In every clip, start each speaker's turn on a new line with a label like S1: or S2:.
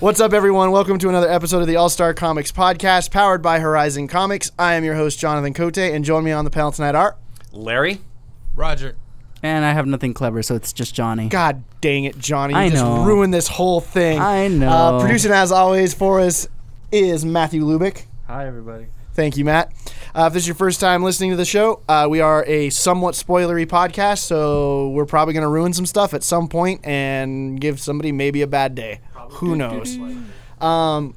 S1: What's up, everyone? Welcome to another episode of the All Star Comics Podcast, powered by Horizon Comics. I am your host, Jonathan Cote, and join me on the panel tonight are.
S2: Larry?
S3: Roger.
S4: And I have nothing clever, so it's just Johnny.
S1: God dang it, Johnny. You
S4: I
S1: just
S4: know.
S1: ruined this whole thing.
S4: I know.
S1: Uh, producing, as always, for us is Matthew Lubick.
S5: Hi, everybody.
S1: Thank you, Matt. Uh, if this is your first time listening to the show, uh, we are a somewhat spoilery podcast, so we're probably going to ruin some stuff at some point and give somebody maybe a bad day. Who knows? Um,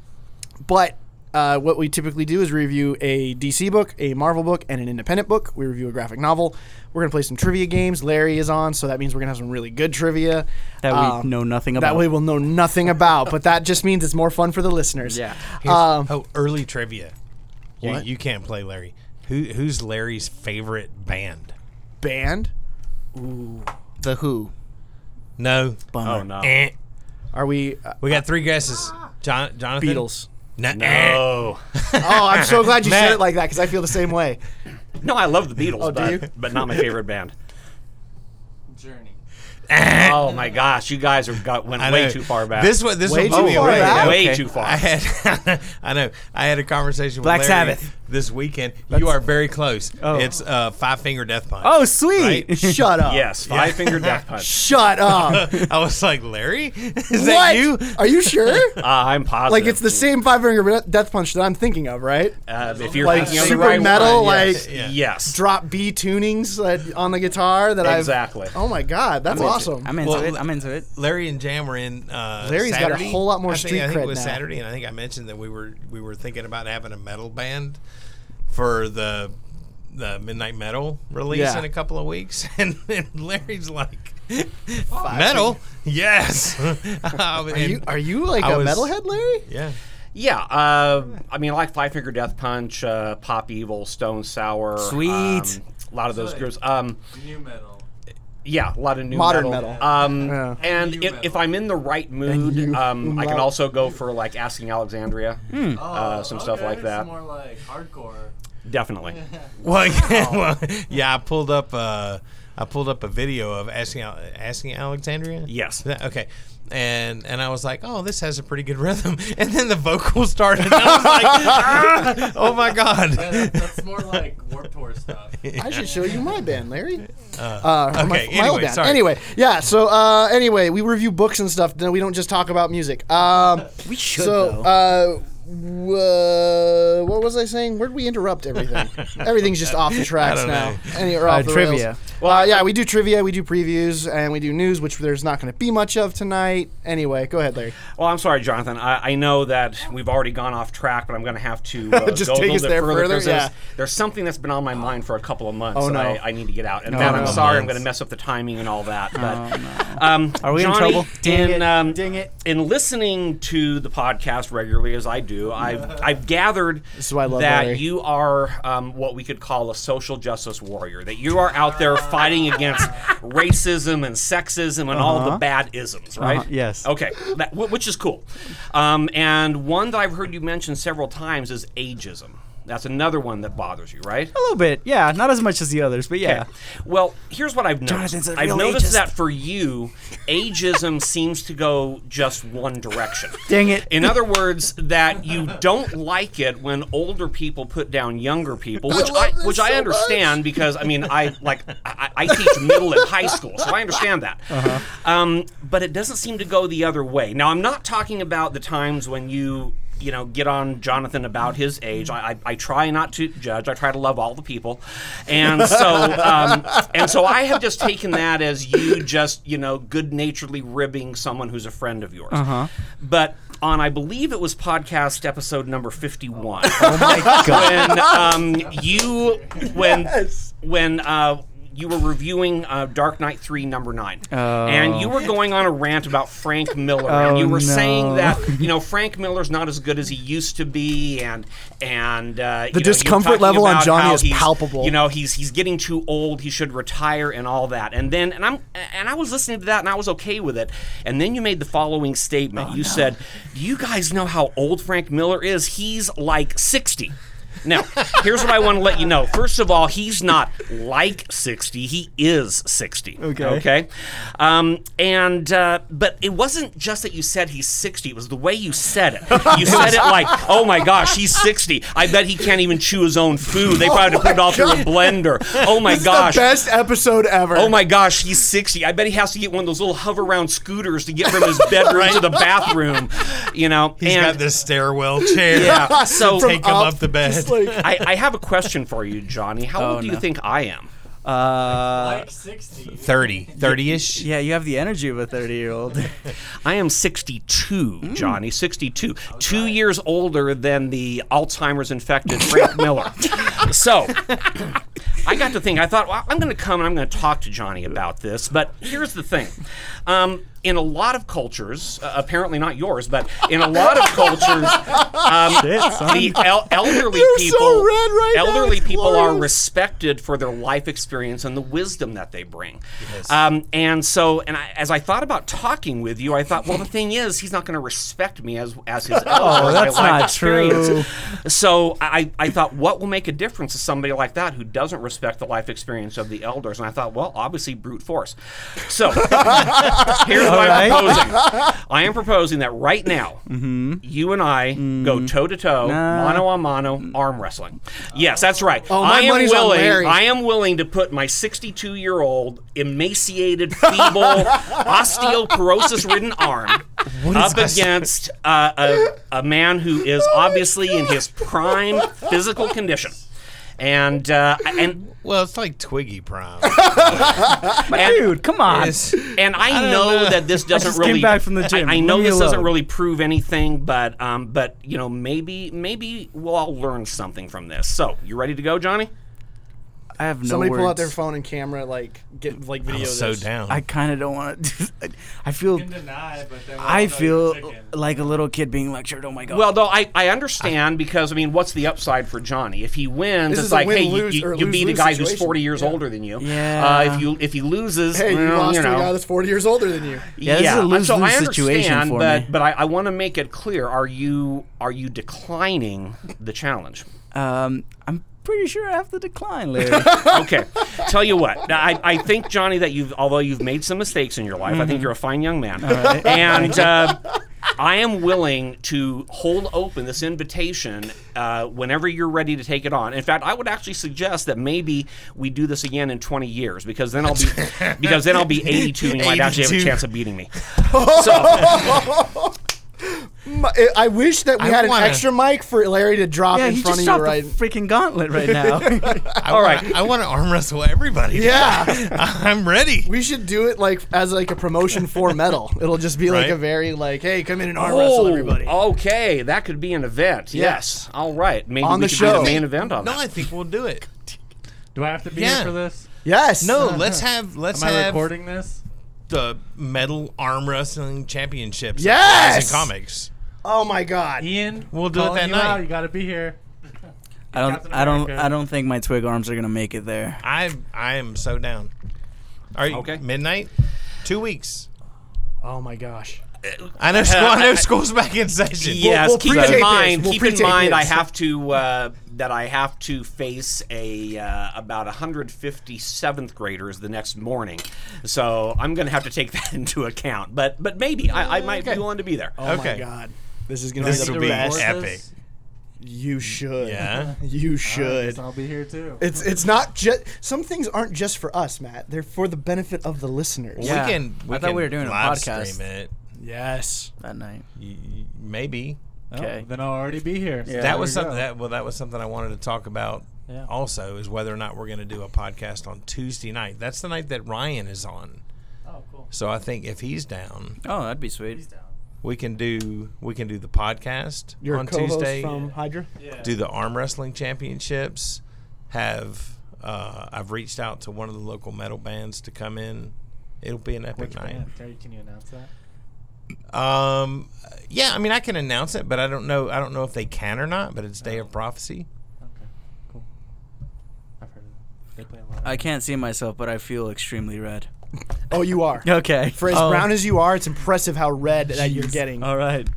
S1: but uh, what we typically do is review a DC book, a Marvel book, and an independent book. We review a graphic novel. We're going to play some trivia games. Larry is on, so that means we're going to have some really good trivia.
S4: that we
S1: um,
S4: know nothing about.
S1: That we will know nothing about, but that just means it's more fun for the listeners.
S2: Yeah.
S3: Here's,
S1: Um,
S3: oh, early trivia. You,
S1: What?
S3: you can't play Larry. Who Who's Larry's favorite band?
S1: band?
S4: the Who.
S3: No.
S4: Bummer.
S2: Oh, no.
S3: Eh.
S1: Are we uh,
S3: We got three guesses. John, Jonathan.
S1: Beatles?
S3: No. eh.
S1: Oh,
S2: No.
S1: I'm so glad you said
S3: Matt.
S1: it like that because I feel the same way.
S2: no, I love the Beatles,
S1: Oh, do you?
S2: but, but not my favorite band.
S5: Journey.
S2: Oh my gosh, you guys have got went
S3: Eh. I
S2: way
S3: know.
S2: too far back.
S3: This one. This
S1: Way
S3: one blew
S1: too
S3: me
S1: far
S3: away.
S1: back?
S2: way
S4: okay.
S2: too far.
S3: I had, I know, I had a conversation
S4: Black
S3: with Larry
S4: Sabbath.
S3: this weekend. you are very close. It's uh, Five Finger Death Punch.
S4: Oh, sweet.
S3: Right?
S1: Shut up.
S2: yes, Five Finger Death Punch.
S1: Shut up.
S3: I was like, Larry, is
S1: what?
S3: that you?
S1: Are you sure?
S2: Uh, I'm positive.
S1: like it's the same five finger death punch that I'm thinking of, right?
S2: uh, if you're
S1: Like
S2: thinking of the
S1: super
S2: right
S1: metal,
S2: one,
S1: like
S2: yes. yes.
S1: drop B tunings that, on the guitar that I've.
S2: Exactly.
S1: Oh my god, that's awesome.
S4: I'm into
S3: Well,
S4: it. I'm into it.
S3: Larry and Jam were in. Uh,
S1: Larry's got a
S3: Saturday.
S1: whole lot more
S3: I think,
S1: street
S3: I think
S1: cred
S3: it was
S1: now.
S3: Saturday, and I think I mentioned that we were we were thinking about having a metal band for the the midnight metal release
S1: Yeah.
S3: in a couple of weeks, and, and Larry's like, metal, yes. are
S1: are you are you like
S3: I
S1: a
S3: was-
S1: metalhead, Larry?
S3: Yeah.
S2: Yeah, uh, I mean, I like Five Finger Death Punch, uh, Pop Evil, Stone Sour.
S4: Sweet.
S2: um, a lot of those groups. Um,
S5: New metal.
S2: yeah, a lot of new
S1: Modern metal.
S2: Um,
S1: Yeah.
S2: And
S5: New
S2: if,
S5: metal.
S2: if I'm in the right mood,
S1: new
S2: um, I can
S1: metal.
S2: also go for like Asking Alexandria, uh, some stuff like that.
S5: Oh, More like hardcore.
S2: Definitely.
S3: Well, yeah, well, yeah, I pulled up. Uh, I pulled up a video of asking Al- asking Alexandria.
S2: Yes.
S3: That- okay. And and I was like, oh, this has a pretty good rhythm. And then the vocals started. And I was like, "Ah, oh my
S5: Yeah,
S3: god.
S5: that, that's more like Warped Tour stuff.
S1: I should show you my band, Larry. Uh, or my,
S3: okay,
S1: my old
S3: anyway,
S1: band.
S3: sorry.
S1: Anyway, yeah. So uh, anyway, we review books and stuff. No, we don't just talk about music. Um,
S4: We should.
S1: so,
S4: though.
S1: uh, wha- what was I saying? Where'd we interrupt everything? Everything's just off the tracks
S3: don't
S1: now.
S3: know.
S1: Any, or off the
S4: trivia.
S1: rails. Well, uh, yeah, we do trivia, we do previews, and we do news, which there's not going to be much of tonight. Anyway, go ahead, Larry.
S2: Well, I'm sorry, Jonathan. I, I know that we've already gone off track, but I'm going to have to uh,
S1: Just
S2: go
S1: take
S2: a little
S1: us
S2: bit
S1: there
S2: further. 'cause
S1: further,
S2: There's,
S1: yeah.
S2: there's something that's been on my mind for a couple of months
S1: Oh,
S2: that
S1: no.
S2: I, I need to get out. And Matt, I'm
S1: no. Oh,
S2: sorry, I'm going to mess up the timing and all that. But um,
S4: Are we in
S2: Johnny,
S4: trouble? Dang
S2: in,
S4: it.
S2: um,
S4: Dang it.
S2: In listening to the podcast regularly as I do, I've I've gathered
S1: is why I love
S2: that
S1: Larry.
S2: you are um, what we could call a social justice warrior. That you are out there fighting against racism and sexism and all the bad isms, right?
S4: Uh-huh, yes.
S2: Okay, that, wh- which is cool. Um, and one that I've heard you mention several times is ageism. That's another one that bothers you, right?
S4: a little bit. Yeah, not as much as the others, but Oh, yeah.
S2: Okay. Well, here's what I've
S4: Jonathan's
S2: noticed.
S4: a
S2: I've
S4: real
S2: noticed
S4: ageist.
S2: that for you, ageism seems to go just one direction.
S4: Dang it.
S2: In other words, that you don't like it when older people put down younger people, which I,
S1: love this
S2: which I
S1: so
S2: understand because I mean I like I, I teach middle and high school, so I understand that.
S1: Uh-huh.
S2: Um, but it doesn't seem to go the other way. Now I'm not talking about the times when you you know get on Jonathan about his age. I, I, I try not to judge. I try to love all the people, and so um, and so I have just taken that as you just you know good naturedly ribbing someone who's a friend of yours.
S1: Uh-huh.
S2: But on I believe it was podcast episode number fifty one.
S1: Oh
S2: when um, you when when uh, you were reviewing uh, Dark Knight three number nine, and you were
S1: Oh.
S2: going on a rant about Frank Miller, and
S4: Oh,
S2: you were
S4: no.
S2: saying that you know Frank Miller's not as good as he used to be, and and uh, you know, you were
S1: discomfort
S2: talking
S1: level on
S2: about
S1: Johnny
S2: how
S1: is
S2: he's-
S1: palpable.
S2: You know he's he's getting too old, he should retire, and all that. And then and I'm and I was listening to that, and I was okay with it. And then you made the following statement. you said, "Do you guys know how old Frank Miller is? He's like sixty. Now, here's what I want to let you know. First of all, he's not like 60; he is 60.
S4: Okay.
S2: Okay. Um, and uh, but it wasn't just that you said he's 60; it was the way you said it. You said it like, "Oh my gosh, he's 60. I bet he can't even chew his own food. They probably have to put it all through a blender. Oh my
S1: Oh This
S2: gosh."
S1: is the best episode ever.
S2: Oh my gosh, he's 60. I bet he has to get one of those little hover around scooters to get from his bedroom to the bathroom, you know.
S3: He's
S2: and
S3: got this stairwell chair.
S2: yeah, so
S1: From
S3: Take him up,
S1: up,
S3: the bed.
S1: It's like-
S2: I, I have a question for you, Johnny. How
S1: Oh,
S2: old do you think I am?
S4: Uh,
S5: like 60.
S3: 30. 30 ish?
S4: yeah, you have the energy of a 30 year old.
S2: I am 62,
S1: Mm.
S2: Johnny. 62. Two years older than the Alzheimer's infected Frank Miller. So I got to think. I thought, well, I'm going to come and I'm going to talk to Johnny about this. But here's the thing: um, in a lot of cultures, uh, apparently not yours, but in a lot of cultures, um, the el- elderly
S1: You're so
S2: people,
S1: red right now,
S2: elderly
S1: it's
S2: people are
S1: glorious.
S2: respected for their life experience and the wisdom that they bring. Um, and so, and I, as I thought about talking with you, I thought, well, the thing is, he's not going to respect me as as his elder.
S4: Oh,
S2: as my
S4: that's
S2: life
S4: not
S2: experience.
S4: true.
S2: So I, I thought, what will make a difference to somebody like that who doesn't respect the life experience of the elders? And I thought, well, obviously brute force. So here's what I'm
S4: right.
S2: proposing. I am proposing that right now, you and I go toe to toe, mano a mano, arm wrestling. Yes, that's right.
S1: Oh, my
S2: I am
S1: money's on
S2: willing.
S1: Larry.
S2: I am willing to put my 62 year old emaciated, feeble, osteoporosis ridden arm up against uh, a, a man who is obviously in his prime physical condition. And uh, and
S3: Well, it's like Twiggy Prime.
S2: and-
S4: Dude, come on.
S3: It's-
S2: and I, know, that this doesn't
S4: just came
S2: really.
S4: back from the gym.
S2: I, I
S4: Leave
S2: know
S4: me
S2: this doesn't
S4: alone.
S2: really prove anything, but um, but you know maybe maybe we'll all learn something from this. So you ready to go, Johnny?
S4: I have no
S1: Somebody
S4: words.
S1: pull out their phone and camera, like get like video.
S3: I'm
S1: this.
S3: so down.
S4: I kind of don't want to. I feel.
S5: You can deny, but then we'll
S4: I
S5: know you're
S4: feel
S5: chicken.
S4: like a little kid being lectured. Oh my god.
S2: Well, though I, I understand because I mean, what's the upside for Johnny if he wins?
S1: This
S2: it's
S1: is a
S2: like, hey, you,
S1: win-lose
S2: you,
S1: or
S2: you beat a
S1: lose-lose
S2: guy who's
S1: situation.
S2: forty years older than you.
S4: Yeah.
S2: Uh, if you if he loses,
S1: Hey, you
S2: well,
S1: lost
S2: you
S1: to a
S2: know,
S1: guy that's 40 years older than you.
S4: Yeah, this is a
S2: and
S4: lose-lose
S2: I
S4: situation
S2: understand,
S4: for
S2: but,
S4: me.
S2: But I, I want to make it clear: are you are you declining the challenge?
S4: um, I'm pretty sure I have to decline, Larry.
S2: Okay, tell you what, I, I think Johnny that you've although you've made some mistakes in your life, I think you're a fine young man,
S4: Mm-hmm. right.
S2: and uh, I am willing to hold open this invitation uh, whenever you're ready to take it on. In fact, I would actually suggest that maybe we do this again in 20 years because then I'll be because then I'll be 82 and you might actually have a
S3: 82.
S2: chance of beating me. So
S1: My- I- I wish that we
S3: I
S1: had an
S3: wanna-
S1: extra mic for Larry to drop
S4: yeah,
S1: in
S4: he
S1: front
S4: just
S1: of you,
S4: dropped
S1: right?
S4: the freaking gauntlet right now.
S3: I
S2: all
S3: wanna-
S2: right.
S3: I want to arm wrestle everybody.
S1: yeah,
S3: I'm ready.
S1: we should do it like as like a promotion for metal. It'll just be like
S3: Right.
S1: a very like, hey, come in and arm wrestle everybody.
S2: Oh, okay, that could be an event. Yes, all right, maybe
S1: On
S2: we
S1: the
S2: could do
S1: show.
S2: the main event on
S3: No,
S2: that.
S3: I think we'll do it.
S5: Do I have to be
S3: Yeah.
S5: here for this?
S1: Yes. Uh,
S3: No, let's have let's
S5: Am I
S3: have
S5: recording this?
S3: the metal arm wrestling championships. at
S1: Yes!
S3: Rising comics.
S1: Oh my God.
S5: Ian,
S3: We'll do it
S5: calling
S3: that
S5: you
S3: night.
S5: Out. You got to be here.
S4: I don't.
S5: Captain
S4: I don't.
S5: America.
S4: I don't think my twig arms are gonna make it there.
S3: I I am so down. All right,
S2: Okay.
S3: midnight, two weeks.
S1: Oh my gosh.
S3: I know, school, I know school's back in session.
S2: Yes,
S1: we'll
S2: keep
S1: pre-tape
S2: in
S1: this.
S2: mind.
S1: We'll
S2: keep in
S1: pre-tape
S2: mind, I
S1: this.
S2: have to uh, that I have to face a uh, about 150 seventh graders the next morning, so I'm going to have to take that into account. But but maybe I, I might be willing to be there.
S1: Oh my
S3: Okay.
S1: God. This is gonna
S3: This
S1: be
S3: will
S1: the
S3: be
S1: best.
S3: epic.
S1: You should.
S3: Yeah.
S1: You
S5: I
S1: should.
S5: guess I'll be here too.
S1: It's it's not just some things aren't just for us, Matt. They're for the benefit of the listeners.
S4: Yeah.
S3: We can. We
S4: I thought
S3: can
S4: we were doing a
S3: live
S4: podcast.
S3: Stream it.
S1: Yes.
S4: That night.
S3: Y- y- Maybe
S4: Okay.
S5: then I'll already be here.
S4: Yeah.
S3: that was
S5: There we
S3: something.
S5: go.
S3: That well, that was something I wanted to talk about.
S5: Yeah.
S3: Also, is whether or not we're going to do a podcast on Tuesday night. That's the night that Ryan is on.
S5: Oh, cool.
S3: So I think if he's down,
S4: Oh, that'd be sweet.
S3: we can do we can do the podcast
S1: Your
S3: on
S1: co-host
S3: Tuesday.
S1: from Hydra.
S5: Yeah.
S3: do the arm wrestling championships. Have uh, I've reached out to one of the local metal bands to come in. It'll be an epic
S5: Which
S3: night.
S5: band? Terry, Can you announce that?
S3: Um, yeah, I mean I can announce it, but I don't know I don't know if they can or not. But it's Day of Prophecy.
S5: Okay, cool. I've heard of them. They play a lot.
S4: I can't see myself, but I feel extremely red.
S1: Oh, you are.
S4: Okay.
S1: For as
S4: Oh, Uh,
S1: brown as you are, it's impressive how red that you're getting.
S4: All right.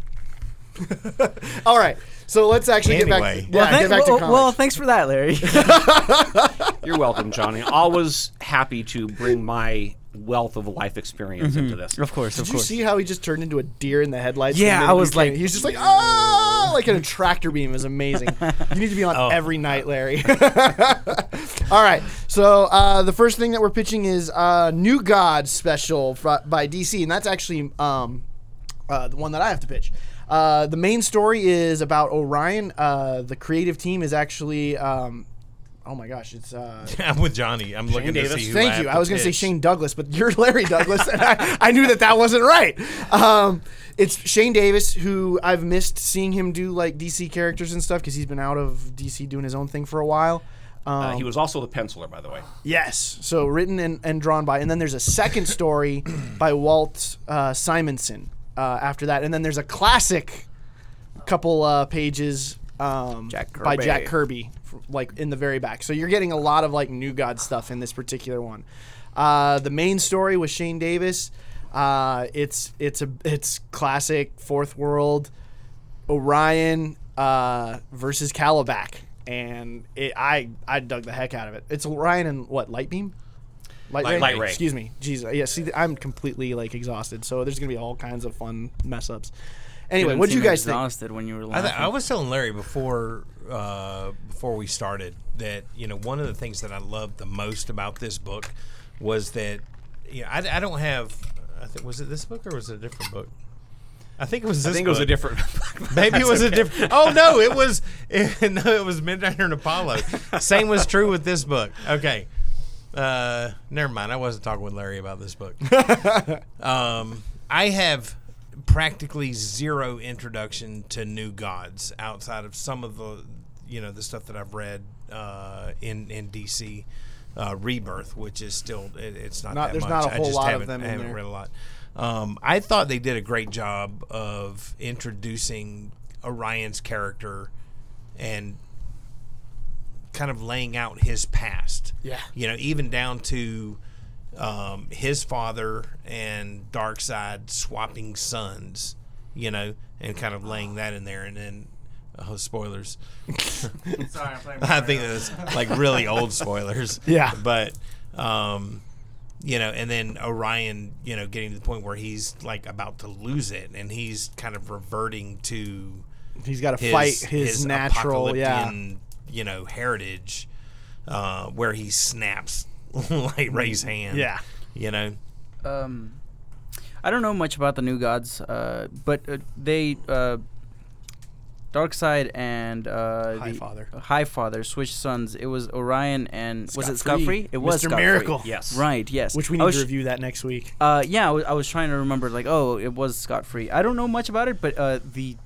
S1: All right. So let's actually
S3: Anyway.
S1: get back. Yeah,
S4: well,
S1: get back to
S4: well,
S1: comics.
S4: well, thanks for that, Larry.
S2: You're welcome, Johnny. Always happy to bring my wealth of life experience
S1: Mm-hmm.
S2: into this.
S4: of course, of
S1: Did you
S4: course.
S1: see how he just turned into a deer in the headlights? the
S4: Yeah, I
S1: minute you
S4: was
S1: came
S4: like-
S1: in? he was just like, oh, like in a tractor beam. It was amazing. you need to be on
S4: Oh.
S1: every night, Larry. All right. So uh, the first thing that we're pitching is uh, New God special fr- by DC, and that's actually um, uh, the one that I have to pitch. Uh, the main story is about Orion. Uh, the creative team is actually. Um, Oh my gosh, it's uh,
S3: I'm with Johnny. I'm looking to
S2: Davis.
S3: see who
S1: Thank
S3: have
S1: you.
S3: to
S1: I was going to say
S3: pitch.
S1: Shane Douglas, but you're Larry Douglas, and I, I knew that that wasn't right. Um, it's Shane Davis, who I've missed seeing him do like DC characters and stuff because he's been out of DC doing his own thing for a while. Um,
S2: Uh, he was also the penciler, by the way.
S1: yes. So written and, and drawn by, and then there's a second story by Walt uh, Simonson uh, after that, and then there's a classic couple uh, pages. Um,
S4: Jack
S1: by
S4: Kirby.
S1: Jack Kirby, f- like in the very back. So you're getting a lot of like New God stuff in this particular one. Uh, the main story with Shane Davis, uh, it's it's a it's classic fourth world Orion uh, versus Calabac, and it, I I dug the heck out of it. It's Orion and what light beam. Light,
S2: Light- light ray.
S1: Excuse me. Jesus. Yeah. See, I'm completely like exhausted. So there's gonna be all kinds of fun mess ups. Anyway, what do you guys think?
S4: Exhausted when you were
S3: I,
S4: laughing.
S3: th-
S2: Uh-huh.
S3: I was telling Larry before uh, before we started that you know one of the things that I loved the most about this book was that you know I, I don't have I think was it this book or was it a different book I think it was this
S2: I think it was a
S3: book.
S2: different.
S3: Maybe it was a different. Oh no, it was no, it was Midnighter and Apollo. Same was true with this book. Okay, uh, never mind. I wasn't talking with Larry about this book. um, I have practically zero introduction to new gods outside of some of the you know the stuff that I've read uh, in in DC. Uh, Rebirth, which is still it, it's not,
S1: Not-
S3: that
S1: there's
S3: much.
S1: not a
S3: I
S1: whole
S3: just
S1: lot of
S3: haven't-
S1: them
S3: I
S1: in
S3: haven't
S1: there.
S3: read a a lot. Um, I thought they did a great job of introducing Orion's character and kind of laying out his past.
S1: Yeah.
S3: You know, even down to um, his father and Darkseid swapping sons, you know, and kind of laying that in there. And then, oh, spoilers.
S5: Sorry, I'm playing.
S3: I think it's like really old spoilers.
S1: Yeah.
S3: But, um, you know, and then Orion, you know, getting to the point where he's like about to lose it and he's kind of reverting to
S1: He's got to
S3: his,
S1: fight his, natural. Yeah.
S3: apocalyptian, you know, heritage uh, where he snaps like Ray's hand.
S1: Mm, Yeah.
S3: You know,
S4: um, I don't know much about the new gods, uh, but uh, they uh, Darkseid and uh, the-
S1: Highfather.
S4: Highfather switched sons. It was Orion and was it
S1: Scot-Free.
S4: Scott Free? It was
S1: Mr.
S4: Scot-Free.
S1: Miracle.
S2: yes.
S4: Right. Yes.
S1: Which we
S4: I
S1: need
S4: was,
S1: to review that next week.
S4: Uh, yeah, I was, I was trying to remember. Like, oh, it was Scott Free. I don't know much about it, but uh, the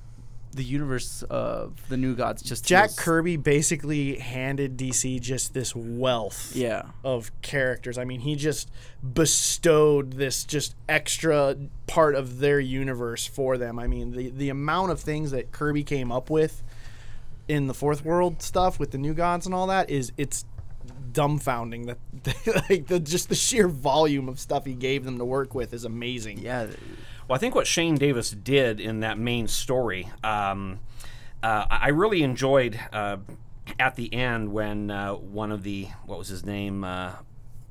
S4: the universe of the new gods just
S1: Jack
S4: feels-
S1: Kirby basically handed DC just this wealth
S4: Yeah.
S1: of characters. I mean, he just bestowed this just extra part of their universe for them. I mean, the the amount of things that Kirby came up with in the fourth world stuff with the new gods and all that is it's dumbfounding that like the just the sheer volume of stuff he gave them to work with is amazing.
S4: Yeah.
S2: Well, I think what Shane Davis did in that main story, um, uh, I I really enjoyed uh, at the end when uh, one of the what was his name? Uh,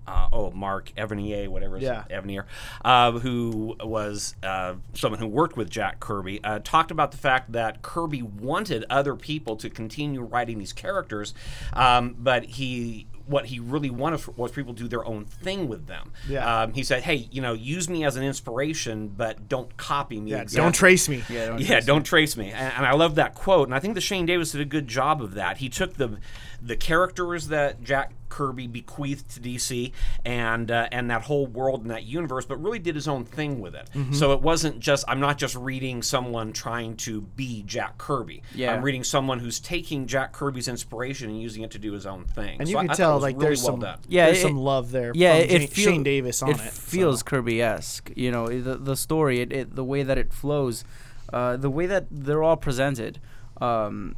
S2: uh, oh, Mark Evanier, whatever, his-
S1: Yeah.
S2: Evanier, uh, who was uh, someone who worked with Jack Kirby, uh, talked about the fact that Kirby wanted other people to continue writing these characters, um, but he. What he really wanted was people to do their own thing with them.
S1: Yeah.
S2: Um, he said, "Hey, you know, use me as an inspiration, but don't copy me.
S1: Yeah,
S2: exactly."
S1: don't trace me.
S4: Yeah. don't-
S2: yeah, don't trace me. And, and I love that quote. And I think that Shane Davis did a good job of that. He took the the characters that Jack Kirby bequeathed to DC and uh, and that whole world and that universe, but really did his own thing with it.
S1: Mm-hmm.
S2: So it wasn't just I'm not just reading someone trying to be Jack Kirby.
S4: Yeah.
S2: I'm reading someone who's taking Jack Kirby's inspiration and using it to do his own thing.
S1: And
S2: so
S1: you
S2: I- I
S1: can
S2: thought it
S1: tell
S2: was
S1: like
S2: really
S1: there's
S2: well
S1: some
S2: done.
S4: Yeah,
S1: there's
S4: it-
S1: some love there.
S4: Yeah,
S1: from
S4: it,
S1: Jane-
S4: it feel-
S1: Shane Davis on it. so.
S4: feels Kirby-esque. You know, i- the, the story, it, it, the way that it flows, uh, the way that they're all presented. Um,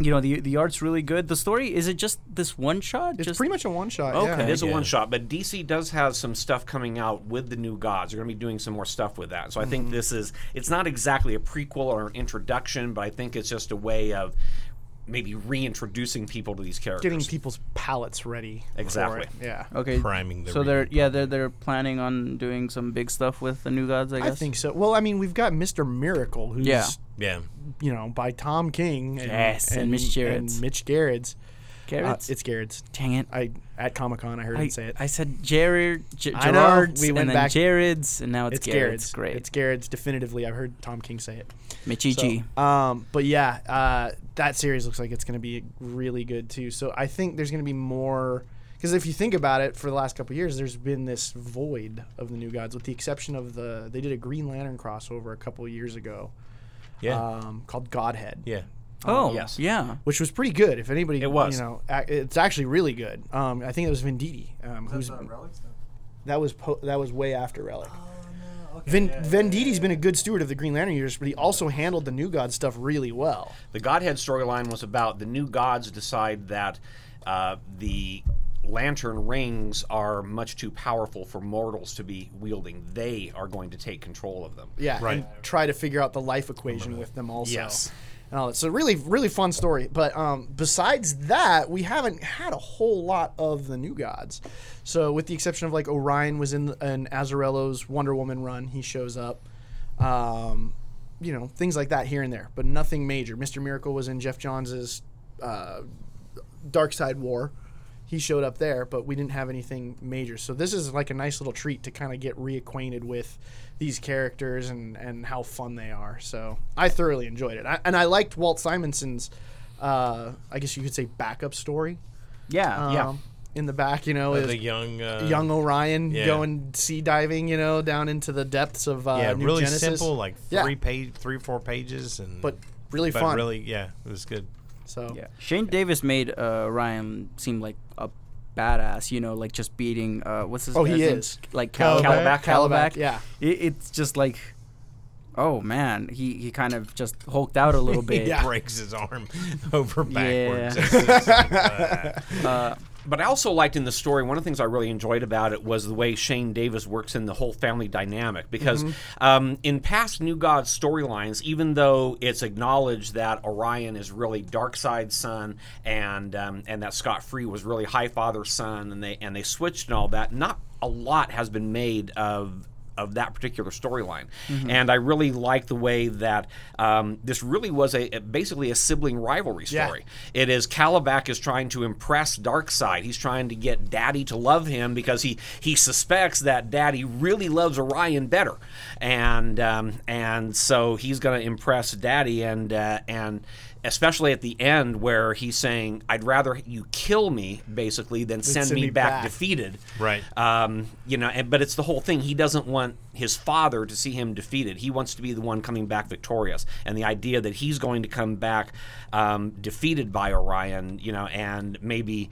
S4: you know the the art's really good. The story is it just this one shot?
S1: It's
S4: just
S1: pretty much a one shot.
S4: Okay.
S1: yeah.
S2: It is a
S3: Yeah.
S2: one shot, but DC does have some stuff coming out with the new gods. They're going to be doing some more stuff with that. So I think this is it's not exactly a prequel or an introduction, but I think it's just a way of maybe reintroducing people to these characters.
S1: Getting people's palettes ready. for it.
S2: Exactly.
S1: Yeah.
S4: okay.
S3: priming the
S4: so they're
S3: reader.
S4: yeah they're they're planning on doing some big stuff with the new gods. I
S1: I
S4: guess.
S1: think so. Well, I mean, we've got Mr. Miracle, who's
S4: Yeah.
S3: Yeah.
S1: you know by Tom King. And,
S4: Yes, and Mitch Gerrits.
S1: And Mitch Garrett's.
S4: Garrett's?
S1: it's Garrett's.
S4: Dang it.
S1: I at Comic Con I heard
S4: I,
S1: him say it.
S4: I said Jared, J-
S1: I know,
S4: Gerard's,
S1: we went
S4: and then
S1: back-
S4: Jared's, and now it's,
S1: it's
S4: Garrett's.
S1: Garrett's.
S4: Great.
S1: It's Garrett's definitively. I've heard Tom King say it.
S4: Mitchie
S1: So,
S4: G.
S1: um, but yeah, uh, that series looks like it's going to be really good too. So I think there's going to be more because if you think about it, for the last couple of years, there's been this void of the New Gods, with the exception of the they did a Green Lantern crossover a couple of years ago
S3: Yeah.
S1: um, called Godhead.
S3: yeah.
S4: Oh,
S2: yes.
S4: yeah.
S1: Which was pretty good. If anybody,
S2: It was.
S1: You know, ac- it's actually really good. Um, I think it was Venditti, um, who's that was po- that was way after Relic. Vin- Venditti's been a good steward of the Green Lantern universe, but he also handled the New God stuff really well.
S2: The Godhead storyline was about the new gods decide that uh, the lantern rings are much too powerful for mortals to be wielding. They are going to take control of them.
S1: Yeah,
S3: Right.
S1: and try to figure out the life equation with them also.
S2: Yes.
S1: And all that. So really, really fun story. But um, besides that, we haven't had a whole lot of the new gods. So with the exception of like Orion was in an Azarello's Wonder Woman run, he shows up. Um, you know things like that here and there, but nothing major. Mister Miracle was in Jeff Johns's uh, Dark Side War. He showed up there, but we didn't have anything major. So this is like a nice little treat to kind of get reacquainted with these characters and, and how fun they are. So I thoroughly enjoyed it, I, and I liked Walt Simonson's, uh, I guess you could say backup story.
S4: Yeah.
S1: Um,
S4: yeah.
S1: in the back, you know,
S3: Uh,
S1: is
S3: the young. Uh,
S1: young Orion
S3: yeah.
S1: going sea diving, you know, down into the depths of uh,
S3: Yeah.
S1: New
S3: really
S1: Genesis.
S3: simple, like
S1: Yeah.
S3: three page, three or four pages, and
S1: but really
S3: but
S1: fun.
S3: really, yeah, it was good.
S1: so
S4: Yeah. Shane Davis made uh, Ryan seem like a badass, you know, like just beating uh, what's his
S1: Oh,
S4: guy's
S1: he
S4: name?
S1: is.
S4: like Cal-
S3: Calabac?
S4: Calabac.
S1: Calabac,
S4: Calabac.
S1: yeah.
S4: It, it's just like oh man, he he kind of just hulked out a little bit.
S1: Yeah.
S3: Breaks his arm over backwards.
S2: But I also liked in the story one of the things I really enjoyed about it was the way Shane Davis works in the whole family dynamic. Because um, in past New Gods storylines, even though it's acknowledged that Orion is really Darkseid's son and um, and that Scott Free was really High Father's son, and they and they switched and all that, not a lot has been made of of that particular storyline. And I really like the way that um, this really was a, a- basically a sibling rivalry
S1: Yeah.
S2: story. It is Calabac is trying to impress Darkseid. He's trying to get Daddy to love him because he he suspects that Daddy really loves Orion better, and um, and so he's going to impress Daddy and uh, and. Especially at the end, where he's saying, "I'd rather you kill me, basically, than send, me, back, defeated."
S3: Right.
S2: um, you know and, but it's the whole thing he doesn't want his father to see him defeated he wants to be the one coming back victorious and the idea that he's going to come back um, defeated by orion you know and maybe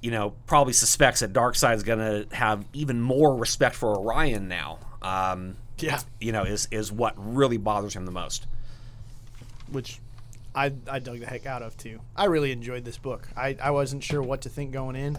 S2: you know probably suspects that darkseid's going to have even more respect for orion now um,
S1: Yeah.
S2: you know is, is what really bothers him the most
S1: which I, I dug the heck out of too. I really enjoyed this book. I, I wasn't sure what to think going in,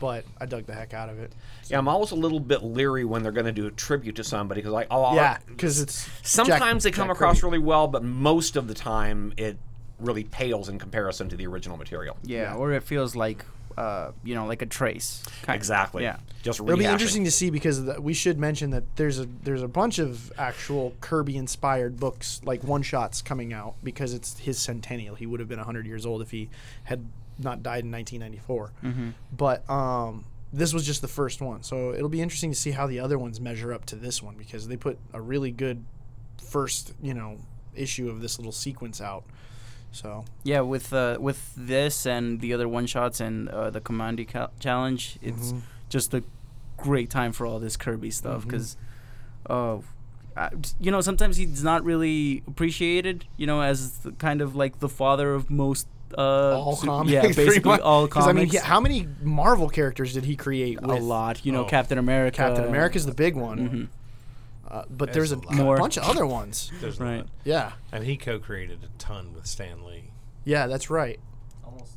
S1: but I dug the heck out of it.
S2: yeah i'm always a little bit leery when they're going to do a tribute to somebody because like oh
S1: Yeah, because it's
S2: Sometimes
S1: Jack-
S2: they come
S1: Jack
S2: across
S1: Kirby.
S2: really well, but most of the time it really pales in comparison to the original material.
S4: Yeah, or it feels like uh, you know, like a trace. kind of.
S2: Exactly.
S4: Yeah.
S2: Just rehashing.
S1: It'll be interesting to see because the, we should mention that there's a there's a bunch of actual Kirby inspired books like one shots coming out because it's his centennial. He would have been 100 years old if he had not died in 1994.
S4: Mm-hmm.
S1: But um, this was just the first one, so it'll be interesting to see how the other ones measure up to this one because they put a really good first you know issue of this little sequence out. So
S4: Yeah, with uh, with this and the other one shots and uh, the Commandi cal- challenge, it's
S1: Mm-hmm.
S4: just a great time for all this Kirby stuff because, you know, sometimes he's not really appreciated. You know, as the, kind of like the father of most uh,
S1: all
S4: su-
S1: comics,
S4: Yeah,
S1: pretty
S4: basically
S1: much.
S4: all
S1: 'Cause,
S4: comics.
S1: I mean, yeah, how many Marvel characters did he create?
S4: a
S1: With
S4: lot. You know,
S3: Oh.
S4: Captain America.
S1: Captain America's the big one. Uh, but there's a,
S3: a lot.
S4: More.
S1: bunch of other ones.
S3: There's a
S4: Right.
S3: lot.
S1: Yeah.
S3: I mean, he co-created a ton with Stan Lee.
S1: Yeah, that's right.
S5: Almost.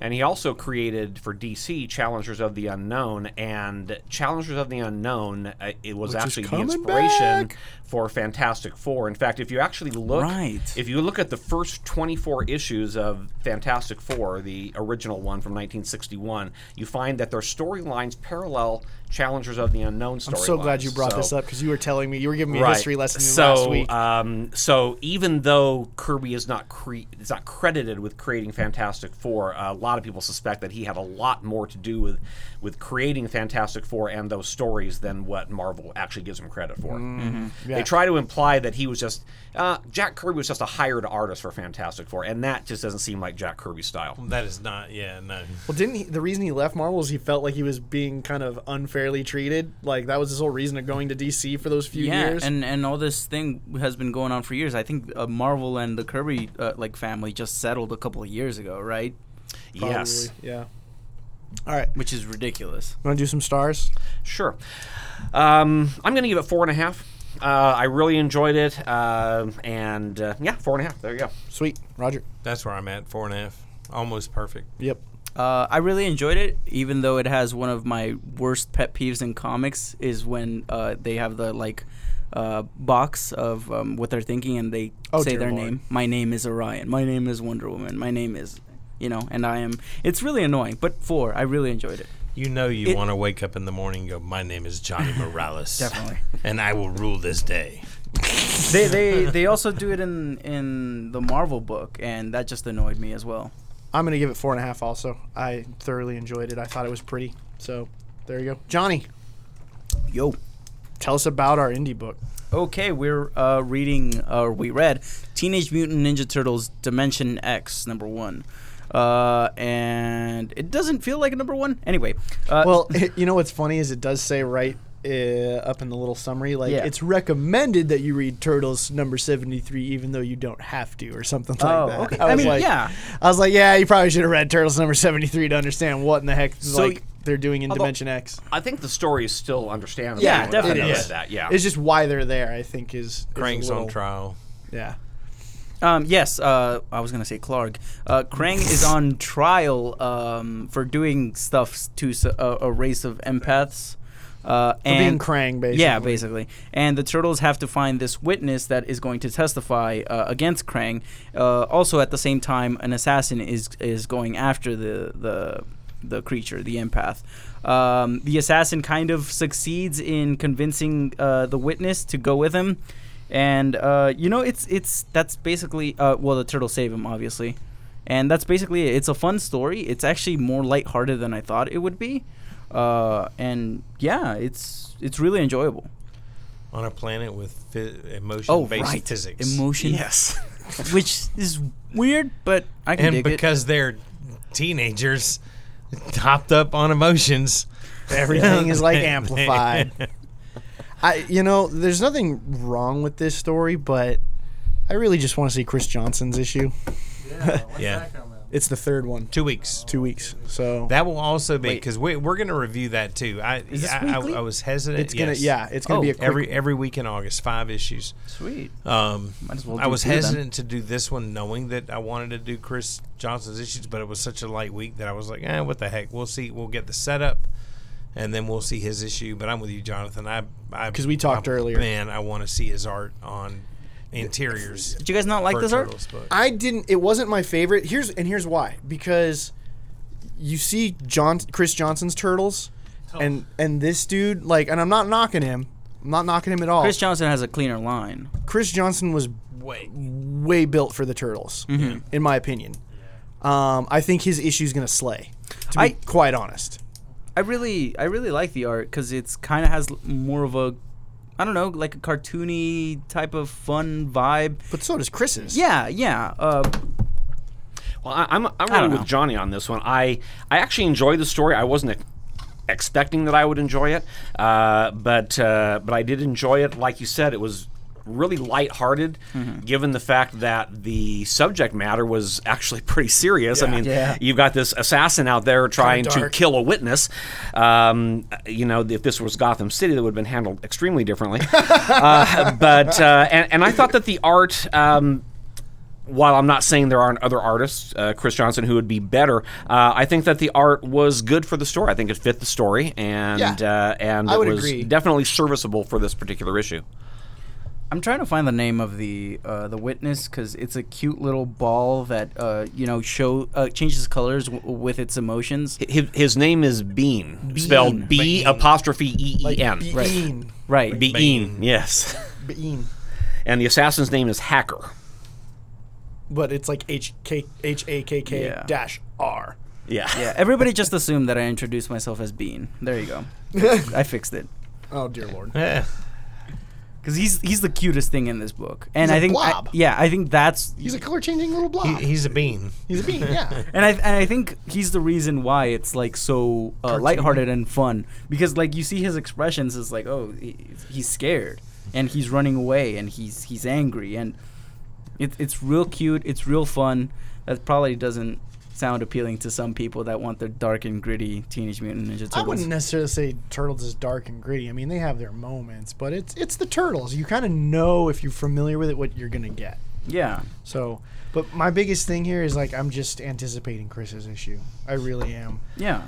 S2: And he also created for DC Challengers of the Unknown, and Challengers of the Unknown uh, it was
S1: Which is
S2: actually the
S1: coming
S2: inspiration
S1: back.
S2: for Fantastic Four. In fact, if you actually look,
S4: Right.
S2: if you look at the first 24 issues of Fantastic Four, the original one from 1961, you find that their storylines parallel Challengers of the Unknown storylines.
S1: I'm so glad you brought
S2: So-
S1: this up because you were telling me you were giving me a
S2: Right.
S1: history lesson
S2: so,
S1: last week.
S2: Um, so even though Kirby is not cre- is not credited with creating Fantastic Four, a lot of people suspect that he had a lot more to do with with creating Fantastic Four and those stories than what Marvel actually gives him credit for.
S1: Mm-hmm. Yeah.
S2: They try to imply that he was just uh, Jack Kirby was just a hired artist for Fantastic Four, and that just doesn't seem like Jack Kirby style.
S3: That is not. Yeah, no.
S1: well, didn't he, the reason he left Marvel is he felt like he was being kind of unfairly treated? Like that was his whole reason of going to DC for those few
S4: yeah,
S1: years.
S4: and and all this thing has been going on for years. I think uh, Marvel and the Kirby uh, like family just settled a couple of years ago, right?
S2: Yes,
S1: Probably, Yeah. All right.
S4: Which is ridiculous.
S1: Want to do some stars?
S2: Sure. Um, I'm going to give it four and a half. Uh, I really enjoyed it. Uh, and uh, yeah, four and a half. There you go.
S1: Sweet, Roger.
S3: That's where I'm at. Four and a half. Almost perfect.
S1: Yep.
S4: Uh, I really enjoyed it, even though it has one of my worst pet peeves in comics is when uh, they have the like uh, box of um, what they're thinking and they
S1: Oh,
S4: say
S1: dear
S4: their
S1: Lord.
S4: name. My name is Orion. My name is Wonder Woman. My name is, you know, and I am. It's really annoying, but four. I really enjoyed it.
S3: You know you
S4: It-
S3: want to wake up in the morning and go, My name is Johnny Morales.
S4: Definitely.
S3: And I will rule this day.
S4: they they they also do it in in the Marvel book, and that just annoyed me as well.
S1: I'm gonna give it four and a half. Also, I thoroughly enjoyed it. I thought it was pretty. So, there you go, Johnny.
S4: Yo.
S1: Tell us about our indie book.
S4: Okay, we're uh, reading, or we read, Teenage Mutant Ninja Turtles Dimension X, number one. Uh, and it doesn't feel like a number one. Anyway, uh,
S1: Well, it, you know what's funny is it does say right uh, up in the little summary, like
S4: Yeah.
S1: it's recommended that you read Turtles number seventy three, even though you don't have to, or something like
S4: Oh,
S1: that.
S4: okay.
S1: was
S4: I mean,
S1: like,
S4: yeah.
S1: I was like, yeah, you probably should have read Turtles number seventy three to understand what in the heck
S2: So-
S1: like they're doing in
S2: Although-
S1: Dimension X.
S2: I think the story is still understandable.
S4: Yeah,
S2: I know
S4: definitely.
S1: It
S2: that,
S1: is.
S2: That, yeah.
S1: It's just why they're there. I think is is a
S3: Crank's
S1: little-
S3: on trial.
S1: Yeah.
S4: um, yes, uh, I was gonna say Clark. Uh, Krang is on trial um, for doing stuff to s- a, a race of empaths. Uh,
S1: For being
S4: and
S1: Krang, basically.
S4: Yeah, basically. And the turtles have to find this witness that is going to testify uh, against Krang. Uh, also, at the same time, an assassin is is going after the the the creature, the empath. Um, the assassin kind of succeeds in convincing uh, the witness to go with him, and uh, you know it's it's that's basically uh, well the turtles save him obviously, and that's basically it. It's a fun story. It's actually more lighthearted than I thought it would be. Uh, and yeah, it's it's really enjoyable.
S3: On a planet with fi- emotion
S4: Oh,
S3: based
S4: right.
S3: physics.
S4: Emotion.
S2: Yes.
S4: Which is weird, but I can
S3: and
S4: dig
S3: because they're teenagers topped up on emotions.
S1: Everything is like amplified. I you know, there's nothing wrong with this story, but I really just want to see Chris Johnson's issue.
S5: Yeah. When's
S3: Yeah.
S5: that come out?
S1: It's the third one.
S3: Two weeks.
S1: Two weeks. So
S3: That will also be because we, we're going to review that too. I
S4: this
S3: I, I,
S4: weekly?
S3: I was hesitant.
S1: it's gonna
S3: yes.
S1: yeah, it's gonna
S4: Oh,
S1: be a quick
S3: every every week in August, five issues.
S4: it. Sweet.
S3: Um,
S4: Might as well
S3: I
S4: do
S3: was
S4: two then.
S3: hesitant to do this one, knowing that I wanted to do Chris Johnson's issues, but it was such a light week that I was like, eh, what the heck? We'll see. We'll get the setup, and then we'll see his issue. But I'm with you, Jonathan. I because
S1: 'Cause we talked earlier.
S3: Man, I want to see his art on interiors.
S4: Did you guys not like
S3: for
S4: this
S3: Turtles
S4: art?
S3: book.
S1: I didn't. It wasn't my favorite. Here's and here's why. Because you see John Chris Johnson's turtles, and and this dude like, and I'm not knocking him. I'm not knocking him at all.
S4: Chris
S1: Chris,
S4: Johnson has a cleaner line.
S1: Johnson was
S3: Wait,
S1: way Mm-hmm. built for the turtles, in my opinion. Um, I think his issue's gonna slay. To be
S4: I-
S1: quite honest.
S4: I really, I really like the art because it's kind of has l- more of a, I don't know, like a cartoony type of fun vibe.
S1: But so does Chris's.
S4: Yeah, yeah. Uh,
S2: Well, I, I'm I'm
S4: don't
S2: really
S4: know.
S2: with Johnny on this one. I I actually enjoyed the story. I wasn't ex- expecting that I would enjoy it, uh, but uh, but I did enjoy it. Like you said, it was really lighthearted, given the fact that the subject matter was actually pretty serious. I mean,
S1: Yeah.
S2: you've got this assassin out there trying to
S1: dark.
S2: kill a witness. Um, you know, if this was Gotham City, that would have been handled extremely differently. uh, but uh, and, and I thought that the art. Um, while I'm not saying there aren't other artists, uh, Chris Johnson, who would be better, uh, I think that the art was good for the story. I think it fit the story, and
S1: Yeah.
S2: uh, and
S1: I
S2: it
S1: would
S2: was
S1: agree.
S2: definitely serviceable for this particular issue.
S4: I'm trying to find the name of the uh, the witness because it's a cute little ball that uh, you know show uh, changes colors w- with its emotions.
S2: His, his name is Bean, spelled B apostrophe E E N.
S1: Bean.
S4: Right.
S2: Bean, yes.
S1: Bean.
S2: And the assassin's name is Hacker.
S1: But it's like H K H A K K
S4: Yeah.
S1: dash R.
S2: Yeah.
S4: yeah. Everybody just assumed that I introduced myself as Bean. There you go. I fixed it.
S1: Oh dear lord.
S3: Yeah.
S4: Because he's he's the cutest thing in this book, and
S1: He's a
S4: I think I-
S1: blob.
S4: yeah, I think that's
S1: He's a color changing little blob.
S3: He, he's a bean.
S1: He's a bean. Yeah.
S4: and I and I think he's the reason why it's like so uh, lighthearted and fun because like you see his expressions is like oh he, he's scared and he's running away and he's he's angry and it, it's real cute it's real fun that probably doesn't sound appealing to some people that want their dark and gritty teenage mutant ninja turtles
S1: I wouldn't necessarily say turtles is dark and gritty. I mean, they have their moments, but it's it's the turtles. You kind of know if you're familiar with it what you're gonna get.
S4: yeah
S1: So, but my biggest thing here is like I'm just anticipating Chris's issue. I really am.
S4: yeah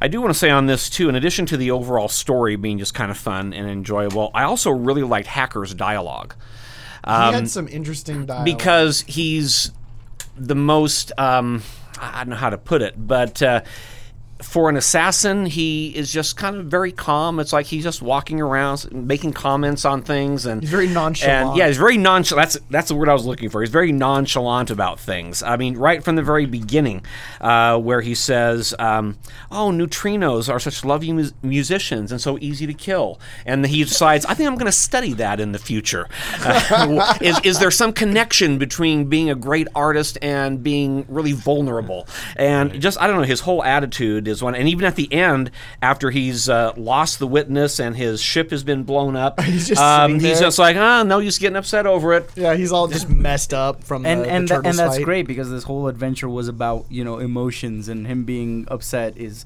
S2: I do want to say on this too. In addition to the overall story being just kind of fun and enjoyable, I also really liked Hacker's dialogue Um,
S1: He
S3: Um,
S1: had some interesting dialogue.
S2: because he's the most. Um, I don't know how to put it, but. Uh, for an assassin, he is just kind of very calm. It's like he's just walking around, s- making comments on things, and
S1: He's very nonchalant.
S2: And yeah, he's very nonchalant. That's that's the word I was looking for. He's very nonchalant about things. I mean, right from the very beginning, uh, where he says, um, "Oh, neutrinos are such lovely mu- musicians and so easy to kill," and he decides, "I think I'm going to study that in the future." Uh, is is there some connection between being a great artist and being really vulnerable? And just I don't know, his whole attitude is one. And even at the end, after he's uh, lost the witness and his ship has been blown up,
S1: He's just sitting
S2: he's
S1: there.
S2: just like, ah, no use getting upset over it.
S1: yeah, he's all just messed up from
S4: and
S1: the,
S4: and
S1: the
S4: tha-
S1: turtles
S4: and that's
S1: fight.
S4: great because this whole adventure was about you know emotions and him being upset is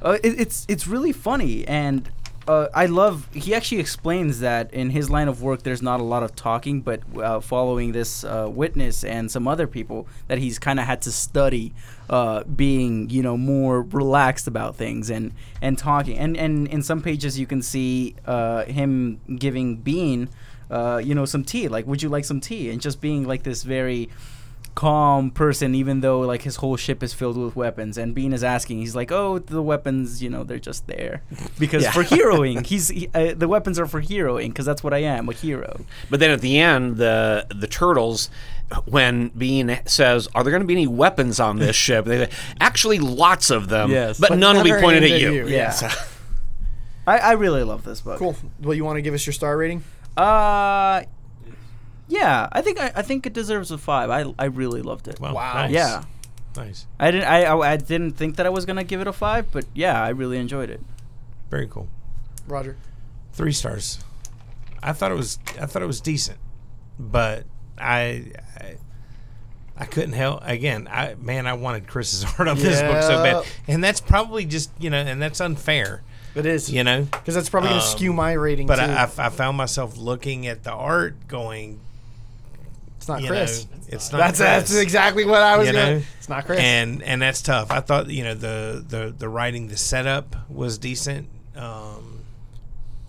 S4: uh, it, it's it's really funny and uh, I love he actually explains that in his line of work there's not a lot of talking but uh, following this uh, witness and some other people that he's kind of had to study uh, being you know more relaxed about things and and talking and and in some pages you can see uh, him giving Bean uh, you know, some tea. Like, would you like some tea? And just being like this very calm person, even though like his whole ship is filled with weapons. And Bean is asking, he's like, "Oh, the weapons, you know, they're just there because for heroing, he's he, uh, the weapons are for heroing because that's what I am, a hero."
S2: But then at the end, the the turtles, when Bean says, "Are there going to be any weapons on this ship?" They say, "Actually, lots of them,
S4: Yes.
S2: but,
S1: But
S2: none will be
S1: never
S2: pointed
S1: aimed
S2: at
S1: at
S2: you."
S1: you.
S4: Yeah, I, I really love this book.
S1: Cool. Well, you want to give us your star rating?
S4: Uh, yeah, I think I, I think it deserves a five. I I really loved it.
S3: Wow.
S1: Wow.
S3: Nice.
S4: Yeah.
S3: Nice.
S4: I didn't. I, I I didn't think that I was gonna give it a five, but yeah, I really enjoyed it.
S3: Very cool.
S1: Roger.
S3: Three stars. I thought it was. I thought it was decent, but I. I I couldn't help again. I man, I wanted Chris's art on this book so bad,
S1: Yep.
S3: and that's probably just you know, and that's unfair,
S1: It is.
S3: you know.
S1: Because that's probably going to
S3: Um,
S1: skew my rating
S3: But
S1: too.
S3: I, I f- I found myself looking at the art, going,
S1: it's not
S3: you
S1: Chris.
S3: know, it's not.
S1: that's that's
S3: Chris.
S1: exactly what I was
S3: You
S1: going.
S3: know?
S1: to It's not Chris.
S3: and and that's tough. I thought you know the the the writing, the setup was decent, um,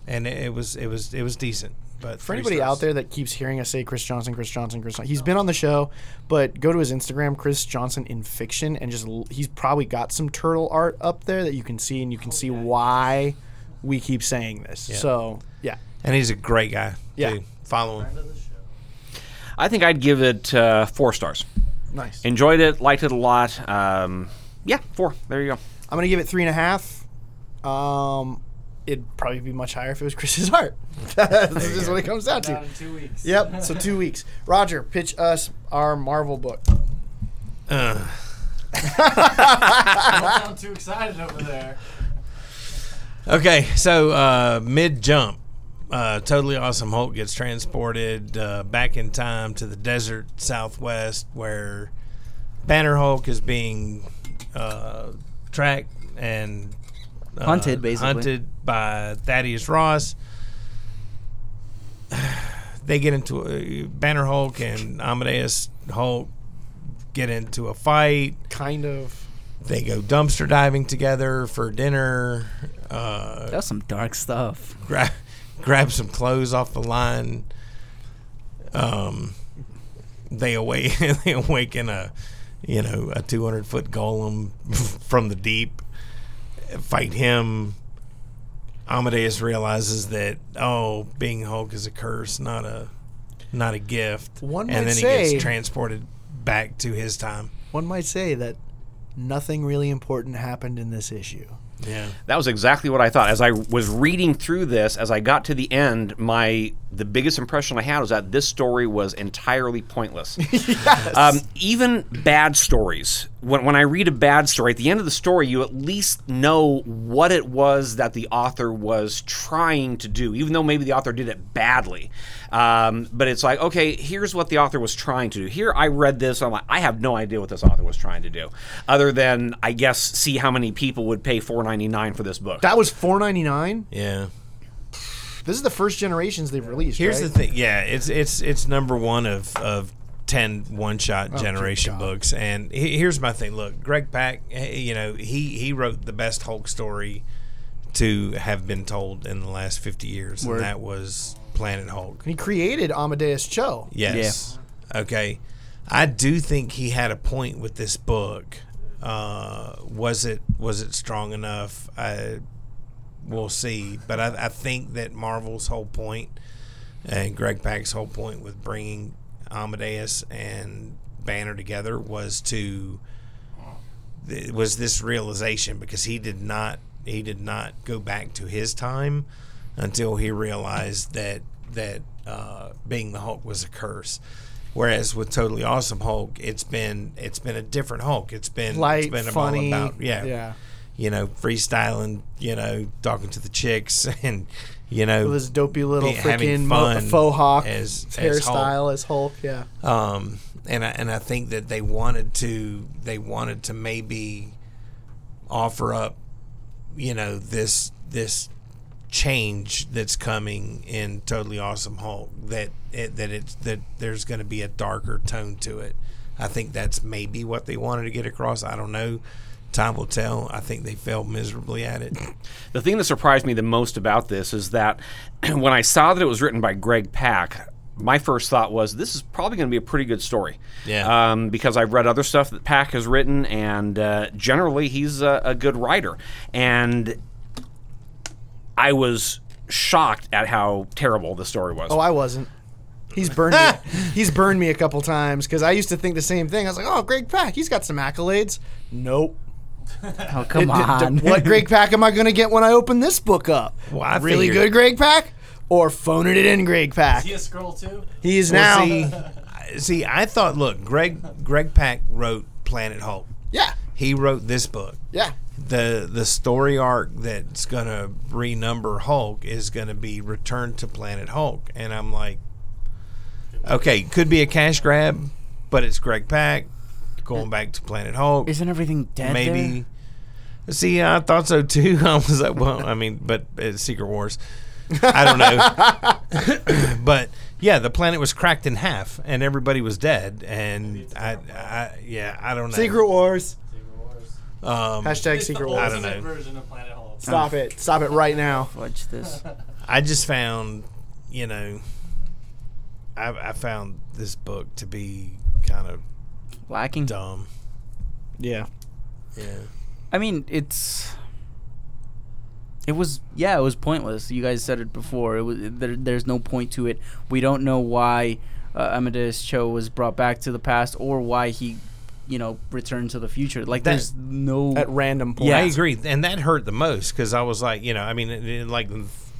S3: and it, it was it was it was decent. But
S1: For anybody out there that keeps hearing us say Chris Johnson, Chris Johnson, Chris Johnson, he's been on the show, but go to his Instagram, Chris Johnson in fiction, and just l- he's probably got some turtle art up there that you can see, and you can see why we keep saying this. So Oh, yeah,
S3: and he's a great guy.
S1: Yeah.
S3: too. follow him.
S2: I think I'd give it uh, four stars.
S1: nice.
S2: Enjoyed it, liked it a lot. Um, yeah, four. There you go.
S1: I'm gonna give it three and a half. Um, it'd probably be much higher if it was Chris's art. That's just what it comes down to.
S5: two weeks.
S1: Yep. So two weeks. Roger, pitch us our Marvel book.
S3: Uh,
S5: Don't sound too excited over there.
S3: okay, so uh, mid jump, uh, totally awesome. Hulk gets transported uh, back in time to the desert Southwest where Banner Hulk is being uh, tracked and uh,
S4: Hunted, basically.
S3: hunted by Thaddeus Ross. They get into a, Banner Hulk and Amadeus Hulk get into a fight.
S1: Kind of.
S3: They go dumpster diving together for dinner. Uh,
S4: That's some dark stuff.
S3: grab grab some clothes off the line. Um, they awake they awaken a you know a two hundred foot golem from the deep. Fight him. Amadeus realizes that oh, being Hulk is a curse, not a not a gift.
S1: One
S3: and
S1: might
S3: then he
S1: say-
S3: gets transported back to his time.
S1: One might say that nothing really important happened in this issue.
S3: Yeah.
S2: That was exactly what I thought. As I was reading through this, as I got to the end, my the biggest impression I had was that this story was entirely pointless. um, even bad stories. When, when I read a bad story, at the end of the story, you at least know what it was that the author was trying to do, even though maybe the author did it badly. Um, but it's like, okay, here's what the author was trying to do. Here, I read this, and I'm like, I have no idea what this author was trying to do, other than I guess see how many people would pay $4.99 for this book.
S1: That was four ninety nine.
S3: Yeah.
S1: This is the first generations they've released.
S3: Here's
S1: right?
S3: the thing. Yeah, it's it's it's number one of of ten one shot generation books. And he- here's my thing. Look, Greg Pack. eh, You know, he he wrote the best Hulk story to have been told in the last fifty years, and that was Planet Hulk.
S1: He created Amadeus Cho.
S3: Yes. Okay. I do think he had a point with this book. Uh, was it was it strong enough? I we'll see. But I, I think that Marvel's whole point and Greg Pak's whole point with bringing Amadeus and Banner together was to it was this realization because he did not he did not go back to his time until he realized that that uh, being the Hulk was a curse. Whereas with Totally Awesome Hulk, it's been it's been a different Hulk. It's been
S1: Light,
S3: it's been all
S1: funny,
S3: about yeah,
S1: yeah.
S3: you know, freestyling, you know, talking to the chicks and you know
S1: With his dopey little
S3: be- having
S1: freaking mo-
S3: fun
S1: faux hawk
S3: as- as Hulk.
S1: hairstyle as Hulk. Yeah.
S3: um, and I, and I think that they wanted to they wanted to maybe offer up you know this this change that's coming in totally awesome Hulk that it, that it's that there's going to be a darker tone to it. I think that's maybe what they wanted to get across. I don't know. Time will tell. I think they failed miserably at it.
S2: The thing that surprised me the most about this is that when I saw that it was written by Greg Pack, my first thought was this is probably going to be a pretty good story.
S3: Yeah.
S2: Um, because I've read other stuff that Pack has written, and uh, generally he's a, a good writer. And I was shocked at how terrible the story was.
S1: Oh, I wasn't. He's burned me. He's burned me a couple times because I used to think the same thing. I was like, "Oh, Greg Pack, he's got some accolades." Nope.
S4: Oh come
S1: D- d-
S4: on!
S1: what Greg Pack am I going to get when I open this book up?
S3: Well, I
S1: really
S3: figured-
S1: good Greg Pack or phoning it in Greg Pack?
S5: He a scroll too?
S1: He is now.
S3: Well, see, I- see, I thought, look, Greg Greg Pack wrote Planet Hulk.
S1: Yeah,
S3: He wrote this book.
S1: yeah.
S3: the the story arc that's gonna renumber Hulk is gonna be Return to Planet Hulk, and I'm like, okay, could be a cash grab, but it's Greg Pack going back to Planet Hulk.
S4: Isn't everything dead? there?
S3: Maybe. See, I thought so too. I was like, well, I mean, but it's Secret Wars. I don't know. but yeah, the planet was cracked in half, and everybody was dead. And I, I yeah, I don't know.
S1: Secret Wars.
S3: Um,
S1: Hashtag Secret
S3: I
S1: Wars.
S3: don't know.
S5: version of Planet Hulk.
S1: Stop it. Stop it right now.
S4: Watch this.
S3: I just found, you know, I, I found this book to be kind of
S4: Lacking.
S3: dumb.
S1: Yeah.
S3: Yeah.
S4: I mean, it's. It was yeah, it was pointless. You guys said it before. It was there, there's no point to it. We don't know why uh, Amadeus Cho was brought back to the past or why he, you know, returned to the future. Like
S3: That-
S4: there's no
S1: At random points.
S4: Yeah.
S3: I agree, and that hurt the most because I was like, you know, I mean, in- in, like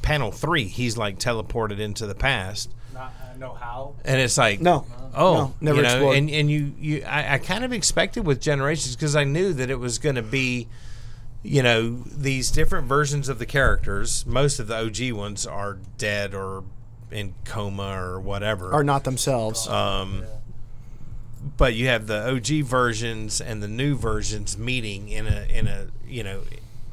S3: panel three, he's like teleported into the past,
S5: Not uh, know how.
S3: and it's like,
S1: No.
S3: oh,
S1: No, never
S3: you know,
S1: explored.
S3: And and you you, I, I kind of expected with generations because I knew that it was going to be. You know these different versions of the characters. Most of the OG ones are dead or in coma or whatever.
S1: Are not themselves.
S3: Um, But you have the OG versions and the new versions meeting in a in a you know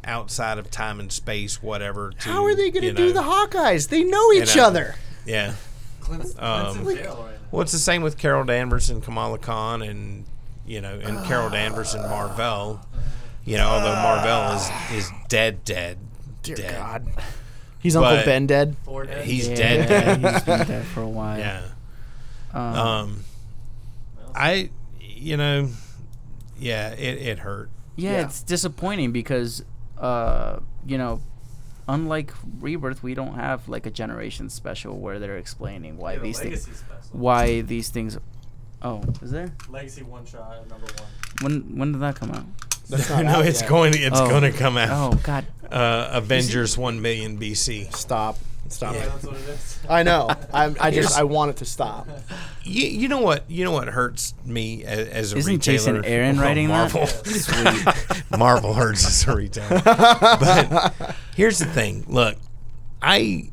S3: outside of time and space, whatever. To,
S1: How are they going to
S3: you
S1: do
S3: know,
S1: the Hawkeyes? They know each
S3: know.
S1: other.
S3: Yeah,
S5: Clemson,
S3: Um,
S5: Clemson's jail right now.
S3: Well, it's the same with Carol Danvers and Kamala Khan, and you know, and Carol Danvers and Marvell. You know, although Marvell is is dead, dead,
S1: Dear
S3: dead.
S1: God. He's Uncle
S3: But-
S1: Ben dead.
S5: Four days.
S3: He's
S4: Yeah,
S3: dead, dead.
S4: He's been dead for a while.
S3: Yeah.
S4: Um,
S3: Um, I, you know, yeah, it it hurt.
S4: yeah,
S1: Yeah.
S4: it's disappointing because, uh, you know, unlike Rebirth, we don't have like a generation special where they're explaining why
S5: Yeah, the
S4: these things,
S5: legacy special.
S4: why these things. Oh, is there?
S5: Legacy one shot number one.
S4: When when did that come out?
S3: no, it's going. It's
S4: Oh.
S3: going to come out.
S4: Oh God,
S3: Uh, Avengers one million BC.
S1: Stop. Stop
S5: Yeah,
S1: it.
S5: that's what it is.
S1: I know. I'm, I just
S3: Here's-
S1: I want it to stop.
S3: You, you know what? You know what hurts me as, as a
S4: Isn't
S3: retailer.
S4: Jason Aaron
S3: of
S4: writing that?
S3: Marvel. Marvel hurts as a retailer. But here's the thing. Look, I,